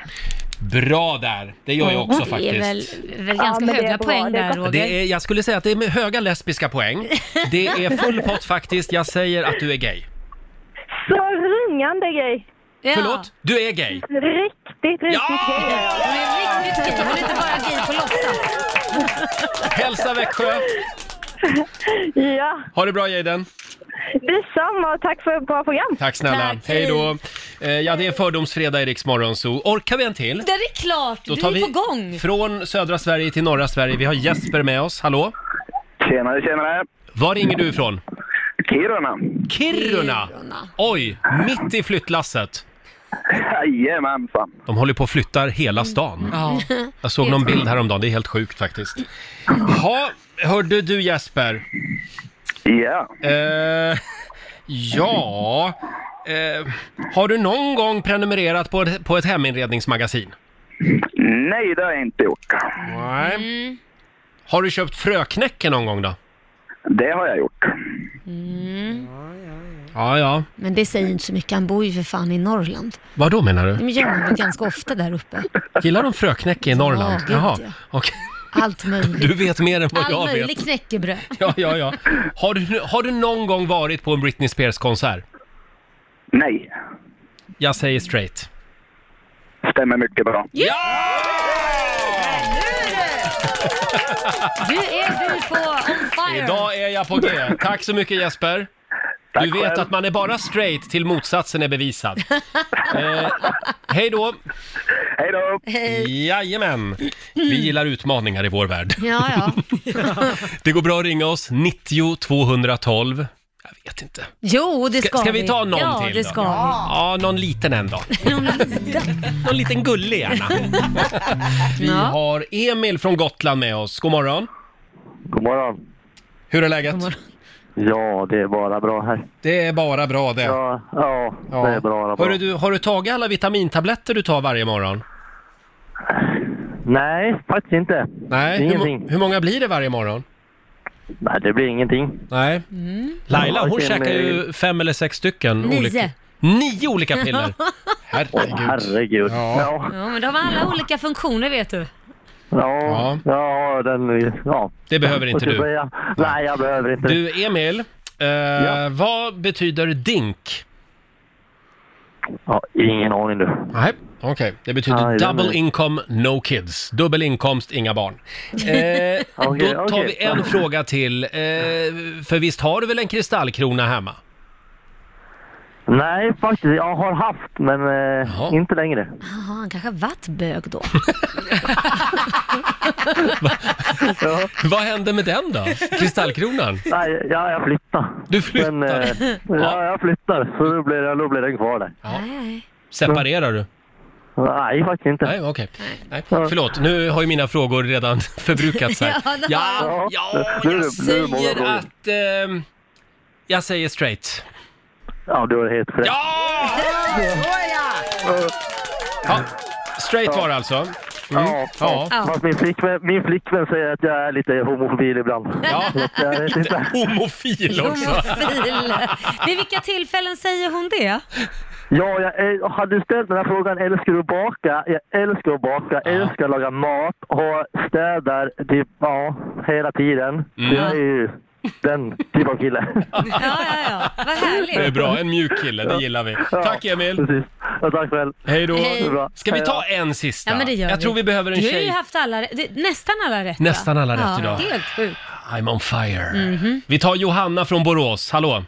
Speaker 1: Bra där! Det gör jag också faktiskt.
Speaker 2: Mm. Det är väl, väl ganska
Speaker 12: men det är
Speaker 2: höga
Speaker 12: bra,
Speaker 2: poäng
Speaker 12: det är
Speaker 2: där
Speaker 12: bra.
Speaker 2: Roger.
Speaker 1: Det är, jag skulle säga att det är med höga lesbiska poäng. Det är full pott faktiskt. Jag säger att du är gay.
Speaker 12: Så ringande grej.
Speaker 1: Förlåt? Du är gay!
Speaker 12: Riktigt, riktigt ja! grej.
Speaker 2: Hon är riktigt gay, hon är inte bara gay på låtsas.
Speaker 1: Hälsa Växjö!
Speaker 12: Ja,
Speaker 1: Ha det bra Jaden!
Speaker 12: detsamma och tack för ett bra program.
Speaker 1: Tack snälla!
Speaker 12: Tack.
Speaker 1: Hej då! Eh, Ja, det är fördomsfredag i Rix Morgon, så orkar vi en till?
Speaker 2: Det är klart,
Speaker 1: Då
Speaker 2: du
Speaker 1: tar
Speaker 2: är
Speaker 1: vi
Speaker 2: på gång.
Speaker 1: från södra Sverige till norra Sverige. Vi har Jesper med oss. Hallå?
Speaker 11: Tjenare, tjenare!
Speaker 1: Var ringer du ifrån?
Speaker 11: Kiruna.
Speaker 1: Kiruna! Oj, mitt i flyttlasset.
Speaker 11: Jajamensan.
Speaker 1: De håller på och flyttar hela stan. Jag såg någon bild häromdagen, det är helt sjukt faktiskt. Ja, hörde du Jesper?
Speaker 11: Ja.
Speaker 1: Eh, ja, eh, har du någon gång prenumererat på ett, på ett heminredningsmagasin?
Speaker 11: Nej, det har jag inte gjort.
Speaker 1: Nej. Mm. Har du köpt fröknäcke någon gång då? Mm.
Speaker 11: Det har jag gjort.
Speaker 1: Ja, ja.
Speaker 2: Men det säger ju inte så mycket, han bor ju för fan i Norrland.
Speaker 1: Vad då menar du?
Speaker 2: De gör man väl ganska ofta där uppe.
Speaker 1: Gillar de fröknäcke i Norrland?
Speaker 2: gud,
Speaker 1: Jaha,
Speaker 2: ja.
Speaker 1: okej.
Speaker 2: Allt möjligt.
Speaker 1: Du vet mer än vad
Speaker 2: All
Speaker 1: jag vet.
Speaker 2: möjlig knäckebröd.
Speaker 1: Ja, ja, ja. Har du, har du någon gång varit på en Britney Spears-konsert?
Speaker 11: Nej,
Speaker 1: Jag säger straight.
Speaker 11: stämmer mycket bra.
Speaker 2: Du är du på on fire.
Speaker 1: Idag är jag på G. Tack så mycket Jesper. Du vet att man är bara straight till motsatsen är bevisad. Eh, hej då!
Speaker 11: Hej då!
Speaker 1: Jajamän! Vi gillar utmaningar i vår värld.
Speaker 2: Ja, ja.
Speaker 1: Det går bra att ringa oss, 90 212. Jag vet inte.
Speaker 2: Jo, det ska,
Speaker 1: ska vi ta någon
Speaker 2: ja,
Speaker 1: till
Speaker 2: det
Speaker 1: då?
Speaker 2: ska vi.
Speaker 1: Ja, någon liten en då. någon liten gullig gärna. vi har Emil från Gotland med oss. God morgon.
Speaker 13: God morgon.
Speaker 1: Hur är läget?
Speaker 13: Ja, det är bara bra här.
Speaker 1: Det är bara bra det.
Speaker 13: Ja, ja, det är bara bra.
Speaker 1: Hörru, du, har du tagit alla vitamintabletter du tar varje morgon?
Speaker 13: Nej, faktiskt inte.
Speaker 1: Nej, hur,
Speaker 13: Ingenting.
Speaker 1: må- hur många blir det varje morgon?
Speaker 13: Nej, det blir ingenting.
Speaker 1: Nej. Laila, hon
Speaker 13: Varken,
Speaker 1: käkar
Speaker 13: eh,
Speaker 1: ju fem eller sex stycken.
Speaker 2: Nio.
Speaker 1: Olika, nio olika piller. Herregud.
Speaker 13: herregud.
Speaker 1: Ja.
Speaker 2: Ja, men de har alla olika funktioner vet du.
Speaker 13: Ja, ja, den... Ja.
Speaker 1: Det behöver inte
Speaker 13: Och så
Speaker 1: du.
Speaker 13: blir Jag, nej, jag behöver inte.
Speaker 1: Du, Emil. Eh, Vad betyder DINK?
Speaker 13: Ja, ingen aning du.
Speaker 1: Nej, okej. Det betyder
Speaker 13: Aj, den
Speaker 1: double
Speaker 13: är-
Speaker 1: income, no kids. Dubbel inkomst, inga barn. Eh,
Speaker 13: Okej,
Speaker 1: då tar
Speaker 13: okej.
Speaker 1: vi en fråga till. Eh, för visst har du väl en kristallkrona hemma?
Speaker 13: Nej, faktiskt. Jag har haft, men eh, inte längre.
Speaker 2: Jaha, han kanske varit bög då.
Speaker 1: Vad hände med den då? Kristallkronan?
Speaker 13: Nej, ja, jag flyttar.
Speaker 1: Du flyttar?
Speaker 13: Men, eh, ja, jag flyttar. Så då blir, jag- då blir den kvar där.
Speaker 1: Separerar du?
Speaker 13: Nej, faktiskt inte.
Speaker 1: Nej, okej. Nej. Förlåt, nu har ju mina frågor redan förbrukats här.
Speaker 2: Ja, det
Speaker 1: Ja,
Speaker 2: har-
Speaker 1: ja,
Speaker 13: Nu är
Speaker 1: jag
Speaker 13: det- nu är det många
Speaker 1: säger
Speaker 13: frågor.
Speaker 1: att... ehm, jag säger straight.
Speaker 13: Ja, du har helt rätt.
Speaker 1: Ja, straight var det alltså. Mm.
Speaker 13: Ja, ja. Fast min, flickvän, min flickvän säger att jag är lite homofobil ibland.
Speaker 1: Ja.
Speaker 13: Så att jag vet inte.
Speaker 1: Homofil också!
Speaker 2: Homofil. Vid vilka tillfällen säger hon det?
Speaker 13: Ja, jag äl- hade du ställt den här frågan, älskar du att baka? Jag älskar att baka, älskar att laga mat, ha städar, typ, ja, hela tiden.
Speaker 1: Mm.
Speaker 13: Så jag är ju den typen av kille.
Speaker 1: Det är bra, en mjuk kille, det gillar vi. Tack Emil!
Speaker 13: Precis. Ja, tack själv.
Speaker 1: Hej då!
Speaker 2: Hej. Det är bra.
Speaker 1: Ska vi
Speaker 2: Hej
Speaker 1: ta en sista?
Speaker 2: Ja, men det gör
Speaker 1: jag tror vi behöver en
Speaker 2: du Du har
Speaker 1: tjej.
Speaker 2: ju haft alla, rä- det- nästan alla rätt
Speaker 1: Nästan
Speaker 2: va?
Speaker 1: alla rätt
Speaker 2: ja,
Speaker 1: idag. Mm.
Speaker 2: Helt sjukt.
Speaker 1: I'm on fire.
Speaker 2: Mhm.
Speaker 1: Vi tar Johanna från Borås, hallå!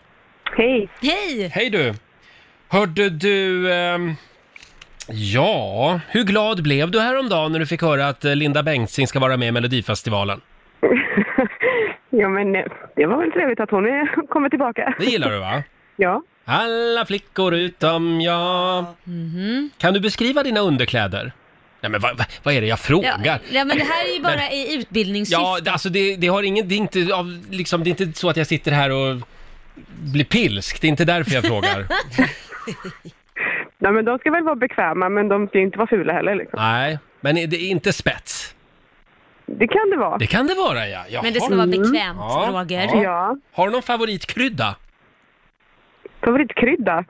Speaker 12: Hej.
Speaker 2: Hej!
Speaker 1: Hej du! Hörde du... ehm, ja, hur glad blev du häromdagen när du fick höra att eh, Linda Bengtzing ska vara med i Melodifestivalen?
Speaker 10: Ja, men eh, det var väl trevligt att hon är, kommer tillbaka.
Speaker 1: Det gillar du va?
Speaker 10: Ja.
Speaker 1: Alla flickor utom jag.
Speaker 2: Mhm.
Speaker 1: Kan du beskriva dina underkläder? Nej men vad, vad, vad är det jag frågar?
Speaker 2: Ja, ja, men det här är ju bara
Speaker 1: Men-
Speaker 2: i utbildningssyfte.
Speaker 1: Ja, det- alltså det, det har ingen, det är inte av, liksom, det är inte så att jag sitter här och blir pilsk. Det är inte därför jag frågar.
Speaker 10: Nej, men de ska väl vara bekväma, men de ska ju inte vara fula heller. Liksom.
Speaker 1: Nej, men är det är inte spets.
Speaker 10: Det kan det vara.
Speaker 1: Det kan det vara ja. Jaha.
Speaker 10: Men det ska vara bekvämt,
Speaker 1: Ja,
Speaker 10: Roger.
Speaker 1: ja.
Speaker 10: Ja.
Speaker 1: Har du någon favoritkrydda?
Speaker 10: Favoritkrydda?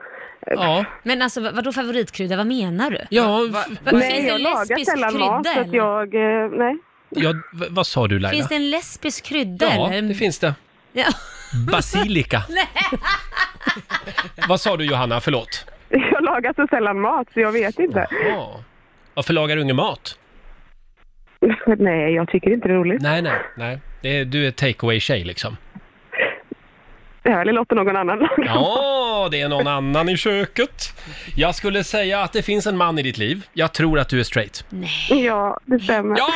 Speaker 1: Ja.
Speaker 2: Men alltså vad- vadå favoritkrydda, vad menar du?
Speaker 1: Ja,
Speaker 2: Va, va,
Speaker 10: Nej,
Speaker 2: finns det
Speaker 10: jag
Speaker 2: en
Speaker 10: lagar
Speaker 2: lesbisk
Speaker 10: sällan mat,
Speaker 2: krydda
Speaker 10: så att
Speaker 2: eller?
Speaker 10: jag... eh, Nej.
Speaker 1: ja v- vad sa du Laila?
Speaker 2: Finns det en lesbisk krydda
Speaker 1: Ja,
Speaker 2: eller?
Speaker 1: det finns det.
Speaker 2: Ja.
Speaker 1: Basilika. Vad sa du Johanna, förlåt?
Speaker 10: Jag lagar så sällan mat, så jag vet inte.
Speaker 1: Varför lagar du ingen mat?
Speaker 10: Nej, jag tycker inte det är roligt.
Speaker 1: Nej, nej, nej. Det är, du är take away-tjej liksom.
Speaker 10: Ja, eller låter någon annan laga
Speaker 1: Ja, det är någon annan i köket. Jag skulle säga att det finns en man i ditt liv. Jag tror att du är straight.
Speaker 10: Nej. Ja, det stämmer.
Speaker 1: Ja!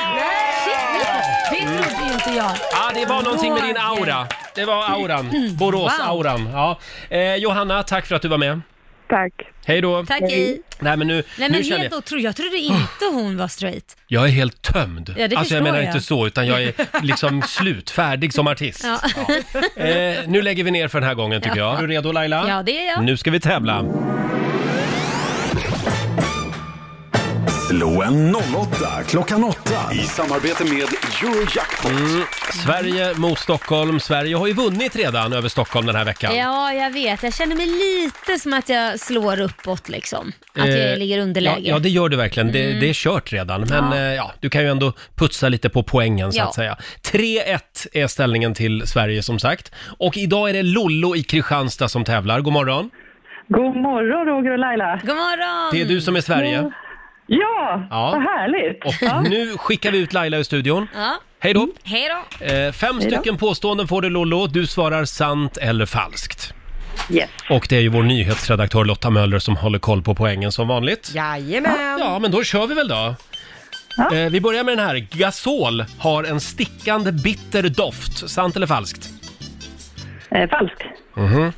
Speaker 2: Det trodde ju inte jag.
Speaker 1: Ja, det var någonting med din
Speaker 2: Roger.
Speaker 1: aura. Det var auran.
Speaker 2: Mm.
Speaker 1: Borås-auran. Ja. Eh, Johanna, tack för att du var med.
Speaker 10: Tack.
Speaker 1: Hej då.
Speaker 2: Tack, hej.
Speaker 1: Nej, men nu,
Speaker 2: Nej
Speaker 1: nu
Speaker 2: men
Speaker 1: känner
Speaker 2: helt
Speaker 1: jag...
Speaker 2: otroligt, jag trodde inte hon var straight.
Speaker 1: Jag är helt tömd.
Speaker 2: Ja,
Speaker 1: alltså
Speaker 2: det
Speaker 1: jag
Speaker 2: förstår
Speaker 1: menar
Speaker 2: jag.
Speaker 1: inte så, utan jag är liksom slutfärdig som artist.
Speaker 2: Ja.
Speaker 1: Eh, nu lägger vi ner för den här gången tycker jag.
Speaker 2: Ja.
Speaker 1: Är du redo Laila?
Speaker 2: Ja, det är jag.
Speaker 1: Nu ska vi tävla.
Speaker 4: Slå en 08 klockan 8 i samarbete med Eurojackpot.
Speaker 1: Mm. Sverige mot Stockholm. Sverige har ju vunnit redan över Stockholm den här veckan.
Speaker 2: Ja, jag vet. Jag känner mig lite som att jag slår uppåt liksom. Att jag
Speaker 1: Eh,
Speaker 2: ligger underläge. Mm.
Speaker 1: Ja, ja, det gör du verkligen. Det, det är kört redan. Men
Speaker 2: Ja.
Speaker 1: ja. Ja, du kan ju ändå putsa lite på poängen så
Speaker 2: Ja.
Speaker 1: att säga. 3-1 är ställningen till Sverige som sagt. Och idag är det Lollo i Kristianstad som tävlar. God morgon.
Speaker 10: God morgon Roger och Laila.
Speaker 2: God morgon.
Speaker 1: Det är du som är Sverige.
Speaker 10: Mm. Ja,
Speaker 1: Ja.
Speaker 10: vad härligt.
Speaker 1: Och
Speaker 10: Ja.
Speaker 1: nu skickar vi ut Laila ur studion.
Speaker 2: Ja.
Speaker 1: Hej då.
Speaker 2: Hej då.
Speaker 10: Mm.
Speaker 1: Eh, fem
Speaker 2: Hej då.
Speaker 1: stycken påståenden får du Lollo. Du svarar sant eller falskt.
Speaker 10: Yes.
Speaker 1: Och det är ju vår nyhetsredaktör Lotta Möller som håller koll på poängen som vanligt.
Speaker 3: Jajamän.
Speaker 1: Ja, men då kör vi väl då. Eh, vi börjar med den här. Gasol har en stickande bitter doft. Sant eller falskt?
Speaker 14: Eh, falskt.
Speaker 1: Mhm.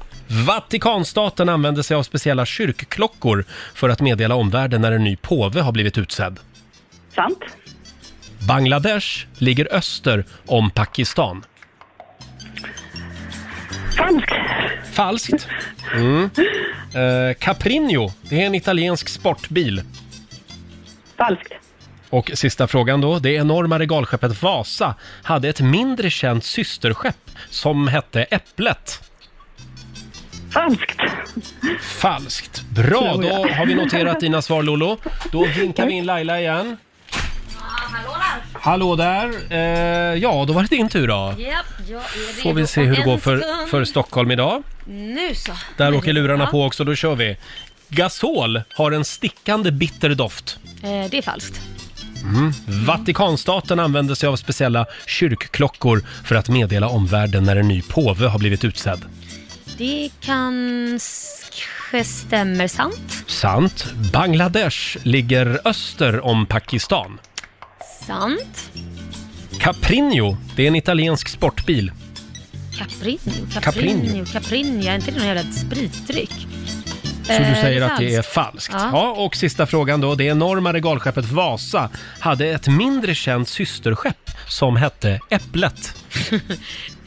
Speaker 1: Vatikanstaten använder sig av speciella kyrkklockor för att meddela omvärlden när en ny påve har blivit utsedd.
Speaker 14: Sant.
Speaker 1: Bangladesh ligger öster om Pakistan.
Speaker 14: Falskt.
Speaker 1: Falskt. Mm. Eh, Caprino, det är en italiensk sportbil.
Speaker 14: Falskt.
Speaker 1: Och sista frågan då. Det enorma regalskeppet Vasa hade ett mindre känt systerskepp som hette Äpplet.
Speaker 14: Falskt.
Speaker 1: Falskt. Bra,
Speaker 14: Tror jag.
Speaker 1: då har vi noterat dina svar Lolo. Då vinkar vi in Laila igen. Hallå där! Eh, ja, då var det din tur då.
Speaker 2: Japp, jag är redo
Speaker 1: Får vi se hur det
Speaker 2: om
Speaker 1: går
Speaker 2: en
Speaker 1: för,
Speaker 2: stund.
Speaker 1: för Stockholm idag.
Speaker 2: Nu så.
Speaker 1: Där åker lurarna
Speaker 2: Ja.
Speaker 1: på också, då kör vi. Gasol har en stickande bitter doft.
Speaker 2: Eh, det är falskt.
Speaker 1: Mm. Vatikanstaten använder sig av speciella kyrkklockor för att meddela omvärlden när en ny påve har blivit utsedd.
Speaker 2: Det kanske stämmer sant.
Speaker 1: Sant. Bangladesh ligger öster om Pakistan.
Speaker 2: Sant.
Speaker 1: Caprino, det är en italiensk sportbil.
Speaker 2: Caprinio,
Speaker 1: Caprinio.
Speaker 2: Caprinio, Caprinio. Är inte det någon jävla spritdryck? Eh,
Speaker 1: Så du säger att det är falskt. Ja.
Speaker 2: Ja.
Speaker 1: och sista frågan då. Det enorma regalskeppet Vasa hade ett mindre känt systerskepp som hette Äpplet.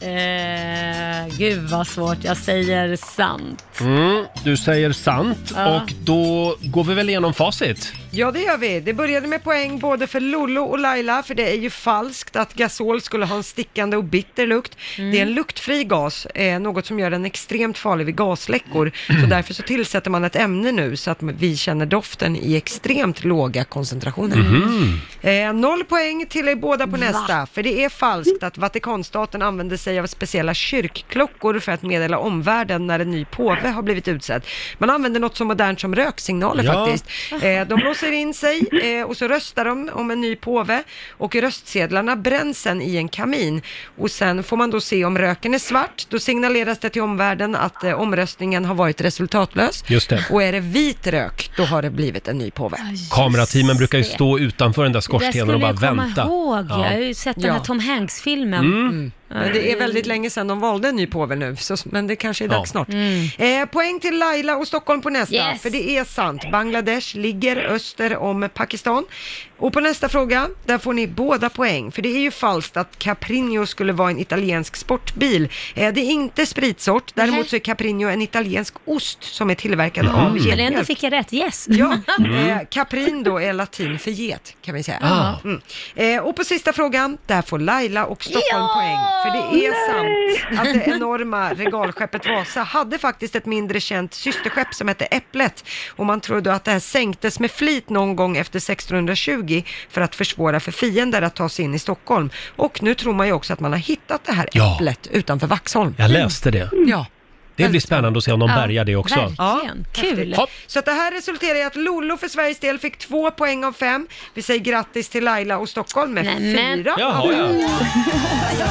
Speaker 2: Eh, gud vad svårt. Jag säger sant.
Speaker 1: Mm, du säger sant
Speaker 2: Ja.
Speaker 1: och då går vi väl igenom facit.
Speaker 3: Ja, det gör vi. Det började med poäng både för Lollo och Laila, för det är ju falskt att gasol skulle ha en stickande och bitter lukt. Det är en luktfri gas, eh, något som gör den extremt farlig vid gasläckor. Så därför så tillsätter man ett ämne nu så att vi känner doften i extremt låga koncentrationer.
Speaker 15: Mhm.
Speaker 3: Eh, noll poäng till er båda på nästa, för det är falskt att Vatikanstaten använder sig av speciella kyrkklockor för att meddela omvärlden när en ny påve har blivit utsedd. Man använder något så modernt som röksignaler
Speaker 15: Ja.
Speaker 3: faktiskt. Eh, de låser in sig eh, och så röstar de om en ny påve och röstsedlarna bränns sen i en kamin. Och sen får man då se om röken är svart, då signaleras det till omvärlden att eh, omröstningen har varit resultatlös.
Speaker 1: Just det.
Speaker 3: Och är det vit rök, då har det blivit en ny påve.
Speaker 1: Kamerateamen brukar ju
Speaker 3: det.
Speaker 1: stå utanför den där
Speaker 2: det
Speaker 1: skorstenen
Speaker 2: där
Speaker 1: och bara
Speaker 2: skulle jag komma
Speaker 1: vänta.
Speaker 2: ihåg.
Speaker 1: Ja.
Speaker 2: Jag har ju sett den här
Speaker 3: Ja.
Speaker 2: Tom Hanks-filmen.
Speaker 1: Mm. Mm.
Speaker 3: Men det är väldigt länge sedan de valde en ny påve nu, så, men det kanske är
Speaker 2: Ja.
Speaker 3: dags snart. Eh, poäng till Laila och Stockholm på nästa,
Speaker 2: Yes.
Speaker 3: för det är sant. Bangladesh ligger öster om Pakistan. Och på nästa fråga, där får ni båda poäng, för det är ju falskt att Caprino skulle vara en italiensk sportbil. Eh, det är inte spritsort, däremot så är Caprino en italiensk ost som är tillverkad
Speaker 2: Mm.
Speaker 3: av
Speaker 2: Men ändå
Speaker 3: getmjölk.
Speaker 2: fick jag rätt, yes.
Speaker 3: Ja,
Speaker 2: Mm.
Speaker 3: eh, Caprin då är latin för get kan vi säga.
Speaker 2: Ah.
Speaker 3: Mm. Eh, och på sista frågan, där får Laila och Stockholm poäng. För det är sant att det enorma regalskeppet Vasa hade faktiskt ett mindre känt systerskepp som hette Äpplet. Och man trodde att det här sänktes med flit någon gång efter 1620 för att försvåra för fiender att ta sig in i Stockholm. Och nu tror man ju också att man har hittat det här
Speaker 1: Ja.
Speaker 3: Äpplet utanför Vaxholm.
Speaker 1: Jag läste det.
Speaker 2: Mm.
Speaker 3: Ja.
Speaker 1: Det blir spännande att se om de
Speaker 3: Ja,
Speaker 1: bärgar det också.
Speaker 2: Verkligen, kul.
Speaker 1: Hopp.
Speaker 3: Så att det här resulterar i att Lollo för Sveriges del fick två poäng av fem. Vi säger grattis till Laila och Stockholm med
Speaker 2: Nämen.
Speaker 3: fyra
Speaker 1: Jaha,
Speaker 3: av
Speaker 1: ja.
Speaker 3: fem.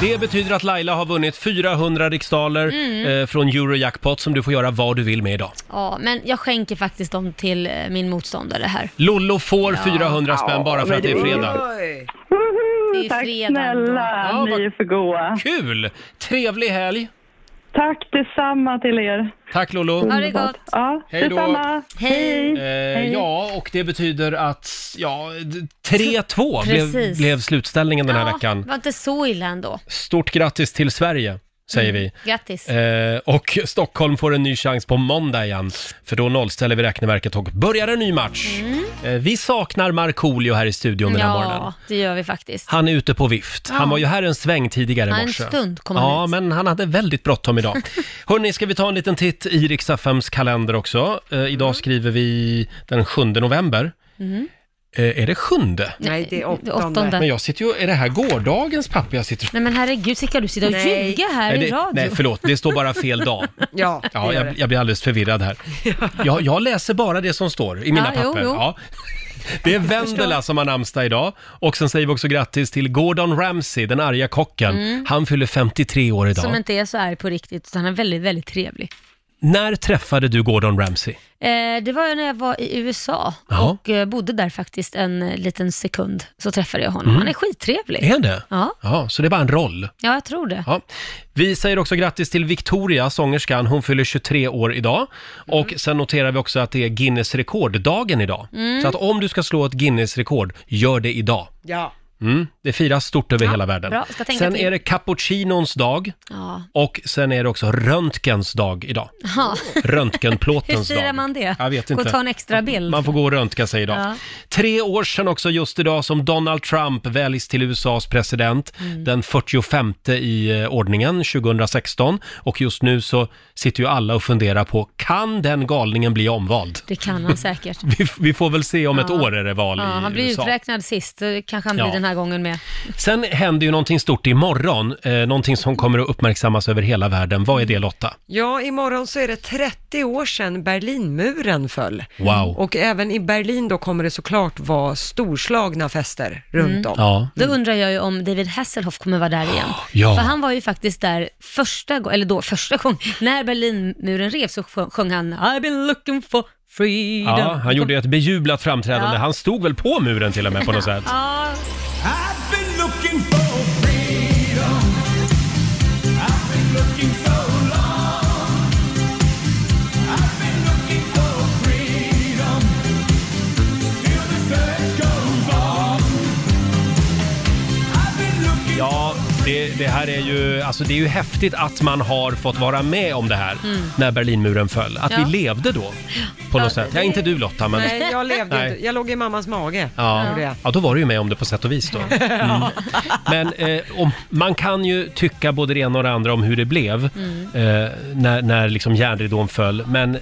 Speaker 1: Det betyder att Laila har vunnit 400 riksdaler
Speaker 2: Mm.
Speaker 1: eh, från Eurojackpot som du får göra vad du vill med idag.
Speaker 2: Ja, men jag skänker faktiskt dem till eh, min motståndare här.
Speaker 1: Lollo får
Speaker 2: Ja.
Speaker 1: 400 spänn bara för
Speaker 2: men
Speaker 1: att det är
Speaker 2: det är
Speaker 1: fredag.
Speaker 2: Det är
Speaker 14: Tack
Speaker 2: fredag
Speaker 14: snälla,
Speaker 1: Ja, vad-
Speaker 14: ni är för goa.
Speaker 1: Kul! Trevlig helg!
Speaker 14: Tack detsamma till er.
Speaker 1: Tack Lollo!
Speaker 14: Underbart. Ja,
Speaker 1: Hej då.
Speaker 14: detsamma. Hej.
Speaker 1: Eh, ja, och det betyder att ja, d- 3-2 blev,
Speaker 2: Precis.
Speaker 1: blev slutställningen den här
Speaker 2: Ja,
Speaker 1: veckan.
Speaker 2: var inte så illa ändå.
Speaker 1: Stort grattis till Sverige, säger vi.
Speaker 2: Mm. Grattis.
Speaker 1: Eh, och Stockholm får en ny chans på måndag igen, för då nollställer vi räkneverket och börjar en ny match. Eh, vi saknar Markoolio här i studion den här morgonen.
Speaker 2: Mm. Ja, det gör vi faktiskt.
Speaker 1: Han är ute på vift.
Speaker 2: Ja.
Speaker 1: Han var ju här en sväng tidigare i
Speaker 2: Ja,
Speaker 1: morse.
Speaker 2: en stund kom han
Speaker 1: Ja, men han hade väldigt bråttom idag. Hörni, ska vi ta en liten titt i Riks-FMs kalender också? Eh, idag skriver vi den 7 november.
Speaker 2: Mm.
Speaker 1: Eh, är det sjunde?
Speaker 3: Nej, det är åttonde.
Speaker 1: Men jag sitter ju... Är det här gårdagens papper jag sitter
Speaker 2: Nej men herregud, ska du sitta och
Speaker 3: Nej.
Speaker 2: ljuga här
Speaker 1: nej,
Speaker 2: i
Speaker 1: det,
Speaker 2: radio?
Speaker 1: nej, förlåt. Det står bara fel dag.
Speaker 3: Ja, det
Speaker 1: Ja,
Speaker 3: gör
Speaker 1: jag, jag blir alldeles förvirrad här. Jag, jag läser bara det som står i mina
Speaker 2: Ja, jo,
Speaker 1: papper.
Speaker 2: jo.
Speaker 1: Ja. Det är Vendela som har namnsdag idag och sen säger vi också grattis till Gordon Ramsay, den arga kocken.
Speaker 2: Mm.
Speaker 1: Han fyller 53 år idag.
Speaker 2: Som inte är så arg på riktigt, utan han är väldigt, väldigt trevlig.
Speaker 1: När träffade du Gordon Ramsay?
Speaker 2: Eh, det var ju när jag var i USA
Speaker 1: Ja.
Speaker 2: och eh, bodde där faktiskt en eh, liten sekund, så träffade jag honom.
Speaker 1: Mm.
Speaker 2: Han är skittrevlig.
Speaker 1: Är han det?
Speaker 2: Ja.
Speaker 1: Ja, så det är bara en roll.
Speaker 2: ja, jag tror det.
Speaker 1: Ja. Vi säger också grattis till Victoria, sångerskan. Hon fyller 23 år idag. Och sen noterar vi också att det är Guinness rekorddagen idag.
Speaker 2: Mm.
Speaker 1: Så att om du ska slå ett Guinness rekord, gör det idag.
Speaker 3: Ja.
Speaker 1: Mm, det firas stort över hela världen.
Speaker 2: bra. Ska tänka
Speaker 1: sen
Speaker 2: till.
Speaker 1: är det cappuccinons dag
Speaker 2: Ja.
Speaker 1: och sen är det också röntgens dag idag.
Speaker 2: Ja. Hur
Speaker 1: Röntgenplåtens
Speaker 2: firar
Speaker 1: dag.
Speaker 2: man det?
Speaker 1: Jag vet
Speaker 2: Gå
Speaker 1: inte.
Speaker 2: och ta en extra bild.
Speaker 1: Man får gå och röntga sig idag.
Speaker 2: Ja.
Speaker 1: Tre år sedan också just idag som Donald Trump väljs till USAs president.
Speaker 2: Mm.
Speaker 1: Den 45 i eh, ordningen 2016. Och just nu så sitter ju alla och funderar på, kan den galningen bli omvald?
Speaker 2: Det kan han säkert.
Speaker 1: Vi, vi får väl se om ett
Speaker 2: Ja.
Speaker 1: år är det val
Speaker 2: Ja,
Speaker 1: i
Speaker 2: han blir
Speaker 1: USA.
Speaker 2: uträknad sist, det kanske han
Speaker 1: Ja.
Speaker 2: blir den här gången med.
Speaker 1: Sen händer ju någonting stort imorgon, eh, någonting som kommer att uppmärksammas över hela världen. Vad är det Lotta?
Speaker 3: Ja, imorgon så är det 30 år sedan Berlinmuren föll.
Speaker 1: Wow.
Speaker 3: Och även i Berlin då kommer det såklart vara storslagna fester runt om.
Speaker 2: Mm. Då undrar jag ju om David Hasselhoff kommer vara där igen.
Speaker 3: Ja.
Speaker 2: För han var ju faktiskt där första gången, eller då första gången, när Berlinmuren revs så sjö- sjöng han I've been looking for freedom.
Speaker 1: Ja, han gjorde ju ett bejublat framträdande.
Speaker 2: Ja.
Speaker 1: Han stod väl på muren till och med på något sätt.
Speaker 2: Ja.
Speaker 1: Ja, det, det här är ju, alltså det är ju häftigt att man har fått vara med om det här
Speaker 3: Mm.
Speaker 1: när Berlinmuren föll. Att
Speaker 3: Ja.
Speaker 1: vi levde då på något sätt. Ja, inte du Lotta, men...
Speaker 3: Nej, jag levde
Speaker 1: Nej.
Speaker 3: inte. Jag låg i mammas mage. Gjorde
Speaker 1: Ja.
Speaker 3: jag.
Speaker 1: ja, då var du ju med om det på sätt och vis då. Mm. Men eh, om, man kan ju tycka både det ena och det andra om hur det blev
Speaker 2: Mm.
Speaker 1: eh, när, när liksom järnridån föll. Men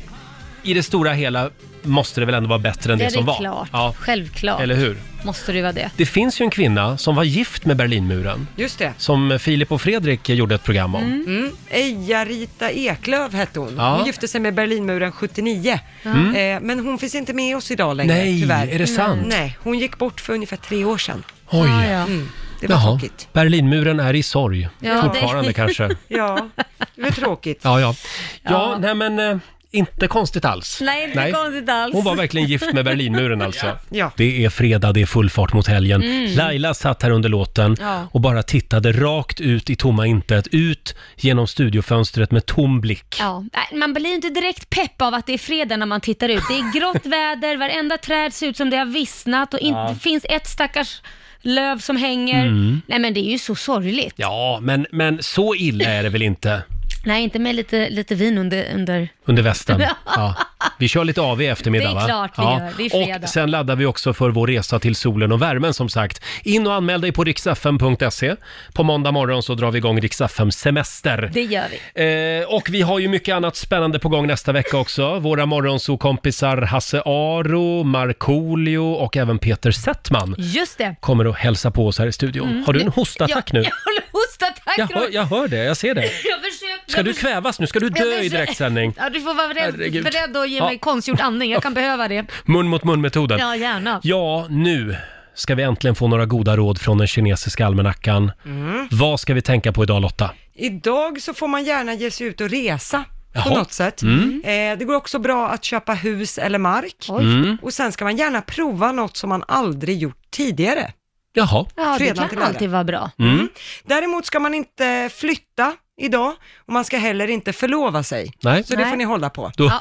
Speaker 1: i det stora hela måste det väl ändå vara bättre än det,
Speaker 2: det är
Speaker 1: som var?
Speaker 2: klart,
Speaker 1: Ja,
Speaker 2: självklart.
Speaker 1: eller hur?
Speaker 2: Måste det ju vara det.
Speaker 1: Det finns ju en kvinna som var gift med Berlinmuren.
Speaker 3: Just det.
Speaker 1: Som Filip och Fredrik gjorde ett program om.
Speaker 3: Mm. Eja-Rita Eklöf hette hon.
Speaker 1: Ja.
Speaker 3: Hon gifte sig med Berlinmuren 79.
Speaker 1: Mm.
Speaker 3: Eh, men hon finns inte med oss idag längre,
Speaker 1: Nej,
Speaker 3: tyvärr. Mm.
Speaker 1: är det sant?
Speaker 3: Nej, hon gick bort för ungefär tre år sedan.
Speaker 1: Oj. Ja, ja.
Speaker 3: Mm. Det var
Speaker 1: Jaha,
Speaker 3: tråkigt.
Speaker 1: Berlinmuren är i sorg.
Speaker 3: Ja,
Speaker 1: Fortfarande
Speaker 3: det-
Speaker 1: kanske.
Speaker 3: Ja, det var tråkigt.
Speaker 1: Ja, ja. Ja,
Speaker 2: Ja.
Speaker 1: nej men eh, inte konstigt alls.
Speaker 2: Nej, inte konstigt alls.
Speaker 1: Hon var verkligen gift med Berlinmuren alltså.
Speaker 2: Ja.
Speaker 1: Det är fredag, det är full fart mot helgen.
Speaker 2: Mm.
Speaker 1: Laila satt här under låten
Speaker 2: Ja.
Speaker 1: och bara tittade rakt ut i tomma intet, ut genom studiofönstret med tom blick.
Speaker 2: Ja, nej, man blir ju inte direkt pepp av att det är fredag när man tittar ut. Det är grått väder, varenda träd ser ut som det har vissnat och inte
Speaker 1: Ja.
Speaker 2: det finns ett stackars löv som hänger.
Speaker 1: Mm.
Speaker 2: Nej men det är ju så sorgligt.
Speaker 1: Ja, men, men så illa är det väl inte
Speaker 2: Nej, inte med lite, lite vin under... under.
Speaker 1: under västen? Ja. Vi kör lite av i eftermiddag
Speaker 2: Det
Speaker 1: va?
Speaker 2: är klart vi gör. Det är fredag.
Speaker 1: Och sen laddar vi också för vår resa till solen och värmen som sagt. In och anmäl dig på riksfm.se. På måndag morgon så drar vi igång riksfm semester.
Speaker 2: Det gör vi.
Speaker 1: Eh, och vi har ju mycket annat spännande på gång nästa vecka också. Våra morgonsokompisar Hasse Aro, Markoolio och även Peter Settman
Speaker 2: Just det.
Speaker 1: kommer att hälsa på oss här i studion.
Speaker 2: Mm.
Speaker 1: Har du en hostattack
Speaker 2: jag,
Speaker 1: nu?
Speaker 2: Jag håller hostattack.
Speaker 1: Jag hör, jag hör det, jag ser det.
Speaker 2: Jag försöker,
Speaker 1: Ska
Speaker 2: jag
Speaker 1: du
Speaker 2: försöker-
Speaker 1: kvävas nu? Ska du
Speaker 2: jag
Speaker 1: dö i
Speaker 2: försöker-
Speaker 1: direktsändning?
Speaker 2: Ja, du får vara beredd,
Speaker 1: Herregud.
Speaker 2: beredd att ge
Speaker 1: Ja.
Speaker 2: mig konstgjord andning. Jag kan behöva det.
Speaker 1: Mun mot mun-metoden.
Speaker 2: Ja, gärna.
Speaker 1: Ja, nu ska vi äntligen få några goda råd från den kinesiska almanackan.
Speaker 3: Mm.
Speaker 1: Vad ska vi tänka på idag Lotta?
Speaker 3: Idag så får man gärna ge sig ut och resa på
Speaker 1: Jaha.
Speaker 3: något sätt.
Speaker 1: Mm.
Speaker 3: Eh, det går också bra att köpa hus eller mark.
Speaker 1: Mm.
Speaker 3: Och sen ska man gärna prova något som man aldrig gjort tidigare.
Speaker 1: Jaha.
Speaker 2: Ja, det
Speaker 3: Fredag
Speaker 2: kan
Speaker 3: till lördag.
Speaker 2: alltid vara bra.
Speaker 1: Mm.
Speaker 3: Däremot ska man inte flytta idag och man ska heller inte förlova sig.
Speaker 1: Nej.
Speaker 3: Så det
Speaker 1: Nej.
Speaker 3: får ni hålla på.
Speaker 1: Då,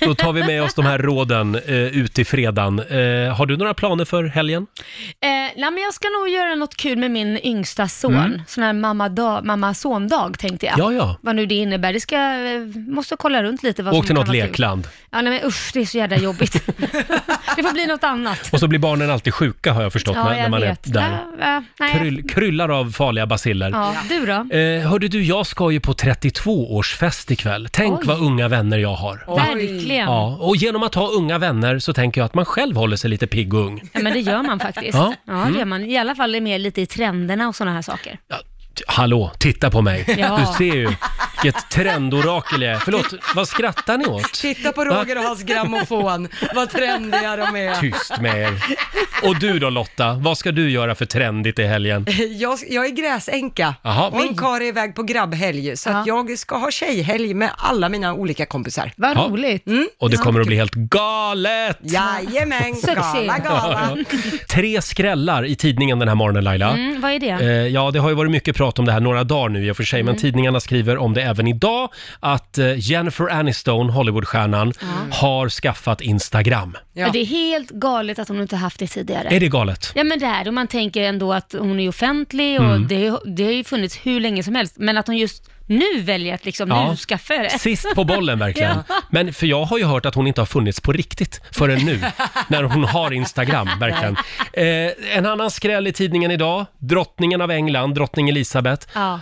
Speaker 1: då tar vi med oss de här råden eh, ut i fredagen. Eh, har du några planer för helgen?
Speaker 2: Eh, nej, men jag ska nog göra något kul med min yngsta son.
Speaker 1: Mm.
Speaker 2: Sån här mamma-da- mamma-son-dag tänkte jag.
Speaker 1: Ja, ja.
Speaker 2: Vad nu det innebär. Det ska, eh, måste kolla runt lite vad
Speaker 1: Åk till
Speaker 2: som
Speaker 1: något
Speaker 2: kan vara kul.
Speaker 1: lekland.
Speaker 2: Ja, nej, men usch, det är så jävla jobbigt. det får bli något annat.
Speaker 1: Och så blir barnen alltid sjuka har jag förstått när, när man är där.
Speaker 2: Ja, ja, nej.
Speaker 1: Kryll, kryllar av farliga basiller.
Speaker 2: Ja, du då?
Speaker 1: Eh, hörde du, jag ska ju på 32-årsfest ikväll. Tänk
Speaker 2: Oj.
Speaker 1: vad unga vänner jag har.
Speaker 2: Oj. Verkligen.
Speaker 1: Ja, och genom att ha unga vänner så tänker jag att man själv håller sig lite pigg och ung.
Speaker 2: Ja, men det gör man faktiskt.
Speaker 1: Ja.
Speaker 2: Ja,
Speaker 1: Mm.
Speaker 2: det gör man. I alla fall är med lite i trenderna och sådana här saker.
Speaker 1: Hallå, titta på mig.
Speaker 2: Ja.
Speaker 1: Du ser ju. Vilket trendorakel jag är. Förlåt, vad skrattar ni åt?
Speaker 3: Titta på Roger och hans grammofon, vad trendiga de är.
Speaker 1: Tyst med er. Och du då Lotta, vad ska du göra för trendigt i helgen?
Speaker 3: Jag, jag är gräsänka.
Speaker 1: Jaha.
Speaker 3: Min
Speaker 1: Oj.
Speaker 3: karl är iväg på grabbhelg, så att jag ska ha tjejhelg med alla mina olika kompisar. Mm.
Speaker 2: Vad
Speaker 1: Ja.
Speaker 2: roligt.
Speaker 1: Och det kommer att bli helt galet!
Speaker 3: Jajamän, gala, gala.
Speaker 1: Tre skrällar i tidningen den här morgonen Laila.
Speaker 2: Mm, vad är det?
Speaker 1: Eh, ja, det har ju varit mycket prat om det här några dagar nu i och för sig, men
Speaker 2: Mm.
Speaker 1: tidningarna skriver om det även idag, att eh, Jennifer Aniston, Hollywoodstjärnan, har skaffat Instagram.
Speaker 2: Ja. Det är helt galet att hon inte haft det tidigare.
Speaker 1: Är det galet?
Speaker 2: Ja men det är det. Och man tänker ändå att hon är offentlig och
Speaker 1: Mm.
Speaker 2: det, det har ju funnits hur länge som helst. Men att hon just nu väljer att liksom,
Speaker 1: Ja.
Speaker 2: nu skaffa det.
Speaker 1: Sist på bollen verkligen.
Speaker 2: Ja.
Speaker 1: Men för jag har ju hört att hon inte har funnits på riktigt förrän nu, när hon har Instagram verkligen. Eh, en annan skräll i tidningen idag, drottningen av England, drottning Elizabeth,
Speaker 2: Ja.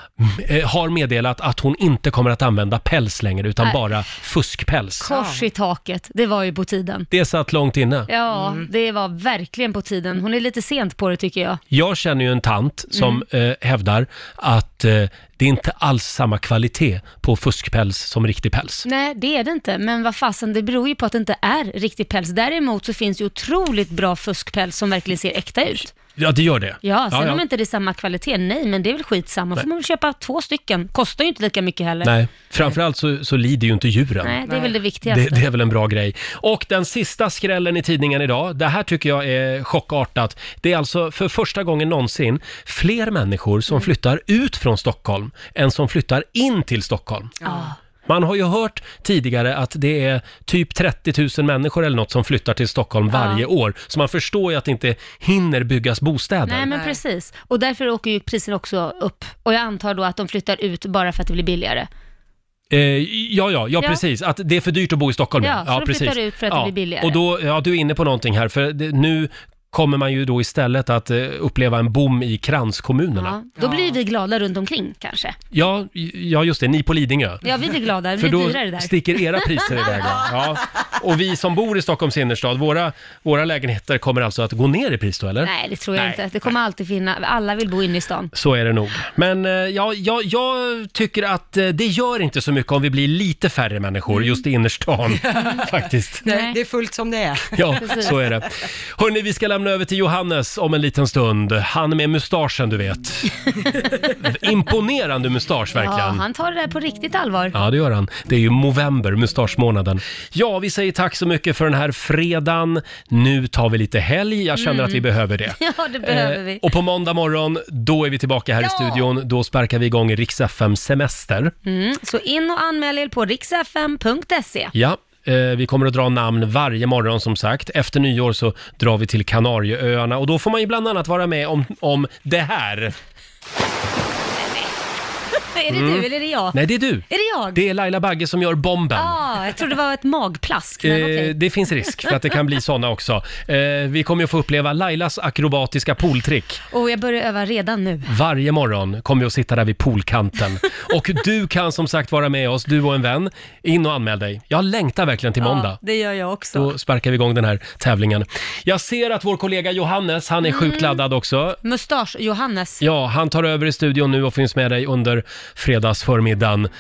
Speaker 1: eh, har meddelat att hon inte kommer att använda päls längre, utan
Speaker 2: Nej.
Speaker 1: bara fuskpäls.
Speaker 2: Kors i taket, det var ju på tiden.
Speaker 1: Det satt långt inne.
Speaker 2: Ja,
Speaker 1: Mm.
Speaker 2: det var verkligen på tiden. Hon är lite sent på det tycker jag.
Speaker 1: Jag känner ju en tant som
Speaker 2: Mm.
Speaker 1: eh, hävdar att eh, det är inte alls samma kvalitet på fuskpäls som riktig päls.
Speaker 2: Nej, det är det inte. Men vad fasen, det beror ju på att det inte är riktig päls. Däremot så finns ju otroligt bra fuskpäls som verkligen ser äkta ut.
Speaker 1: Ja, det gör det.
Speaker 2: Ja, sen
Speaker 1: Ja, ja.
Speaker 2: om inte det är samma kvalitet, nej, men det är väl skitsamma.
Speaker 1: Nej.
Speaker 2: får man väl köpa två stycken. Kostar ju inte lika mycket heller.
Speaker 1: Nej, framförallt så, så lider ju inte djuren.
Speaker 2: Nej, det är väl det
Speaker 1: Det,
Speaker 2: viktigaste.
Speaker 1: det är väl en bra grej. Och den sista skrällen i tidningen idag, det här tycker jag är chockartat. Det är alltså för första gången någonsin fler människor som
Speaker 2: Mm.
Speaker 1: flyttar ut från Stockholm än som flyttar in till Stockholm.
Speaker 2: Ja.
Speaker 1: Man har ju hört tidigare att det är typ 30 000 människor eller något som flyttar till Stockholm
Speaker 2: Ja.
Speaker 1: varje år. Så man förstår ju att det inte hinner byggas bostäder.
Speaker 2: Nej, men precis. Och därför åker ju priserna också upp. Och jag antar då att de flyttar ut bara för att det blir billigare.
Speaker 1: Eh, ja, ja, ja,
Speaker 2: Ja.
Speaker 1: precis. Att det är för dyrt att bo i Stockholm.
Speaker 2: Ja, så de flyttar ut för att det blir billigare.
Speaker 1: Och då, ja, du är inne på någonting här, för det, nu kommer man ju då istället att eh, uppleva en boom i
Speaker 2: Ja.
Speaker 1: kranskommunerna.
Speaker 2: Då blir vi glada runt omkring kanske.
Speaker 1: Ja. Ja, just det, ni på Lidingö.
Speaker 2: Ja, vi blir glada. Det
Speaker 1: För
Speaker 2: blir
Speaker 1: då
Speaker 2: dyrare där.
Speaker 1: sticker era priser iväg. va? Ja. Och vi som bor i Stockholms innerstad, våra, våra lägenheter kommer alltså att gå ner i pris då, eller?
Speaker 2: Nej, det tror jag
Speaker 1: Nej.
Speaker 2: inte. Det kommer alltid finnas. Alla vill bo inne i stan.
Speaker 1: Så är det nog. Men eh, ja, jag, jag tycker att eh, det gör inte så mycket om vi blir lite färre människor
Speaker 2: Mm.
Speaker 1: just i innerstan, faktiskt.
Speaker 3: Nej, det är fullt som det är.
Speaker 1: Ja, så är det. Hörni, vi ska lämna över till Johannes om en liten stund. Han med mustaschen, du vet. Imponerande mustasch,
Speaker 2: Ja,
Speaker 1: verkligen.
Speaker 2: han tar det där på riktigt allvar.
Speaker 1: Ja, det gör han. Det är ju Movember, mustaschmånaden. Ja, vi säger tack så mycket för den här fredagen. Nu tar vi lite helg. Jag känner
Speaker 2: Mm.
Speaker 1: att vi behöver det. Eh,
Speaker 2: Ja, det behöver vi.
Speaker 1: Och på måndag morgon, då är vi tillbaka här i studion. Då sparkar vi igång Rix FM Semester.
Speaker 2: Mm, så in och anmäl er på riksfm.se.
Speaker 1: Ja, eh, vi kommer att dra namn varje morgon som sagt. Efter nyår så drar vi till Kanarieöarna och då får man ju bland annat vara med om, om det här.
Speaker 2: är det
Speaker 1: Mm.
Speaker 2: du eller är det jag?
Speaker 1: Nej, det är du.
Speaker 2: Är det jag?
Speaker 1: Det är Laila Bagge som gör bomben.
Speaker 2: ah, jag trodde det var ett magplask, men
Speaker 1: Eh,
Speaker 2: okej.
Speaker 1: Det finns risk för att det kan bli såna också. Eh, vi kommer ju få uppleva Lailas akrobatiska pooltrick.
Speaker 2: Och jag börjar öva redan nu.
Speaker 1: Varje morgon kommer vi att sitta där vid poolkanten. Och du kan som sagt vara med oss, du och en vän. In och anmäl dig. Jag längtar verkligen till måndag.
Speaker 2: Ja, det gör jag också.
Speaker 1: Då sparkar vi igång den här tävlingen. Jag ser att vår kollega Johannes, han är sjukt laddad också.
Speaker 2: Mustasch-Johannes.
Speaker 1: Ja, han tar över i studion nu och finns med dig under fredagsförmiddagen.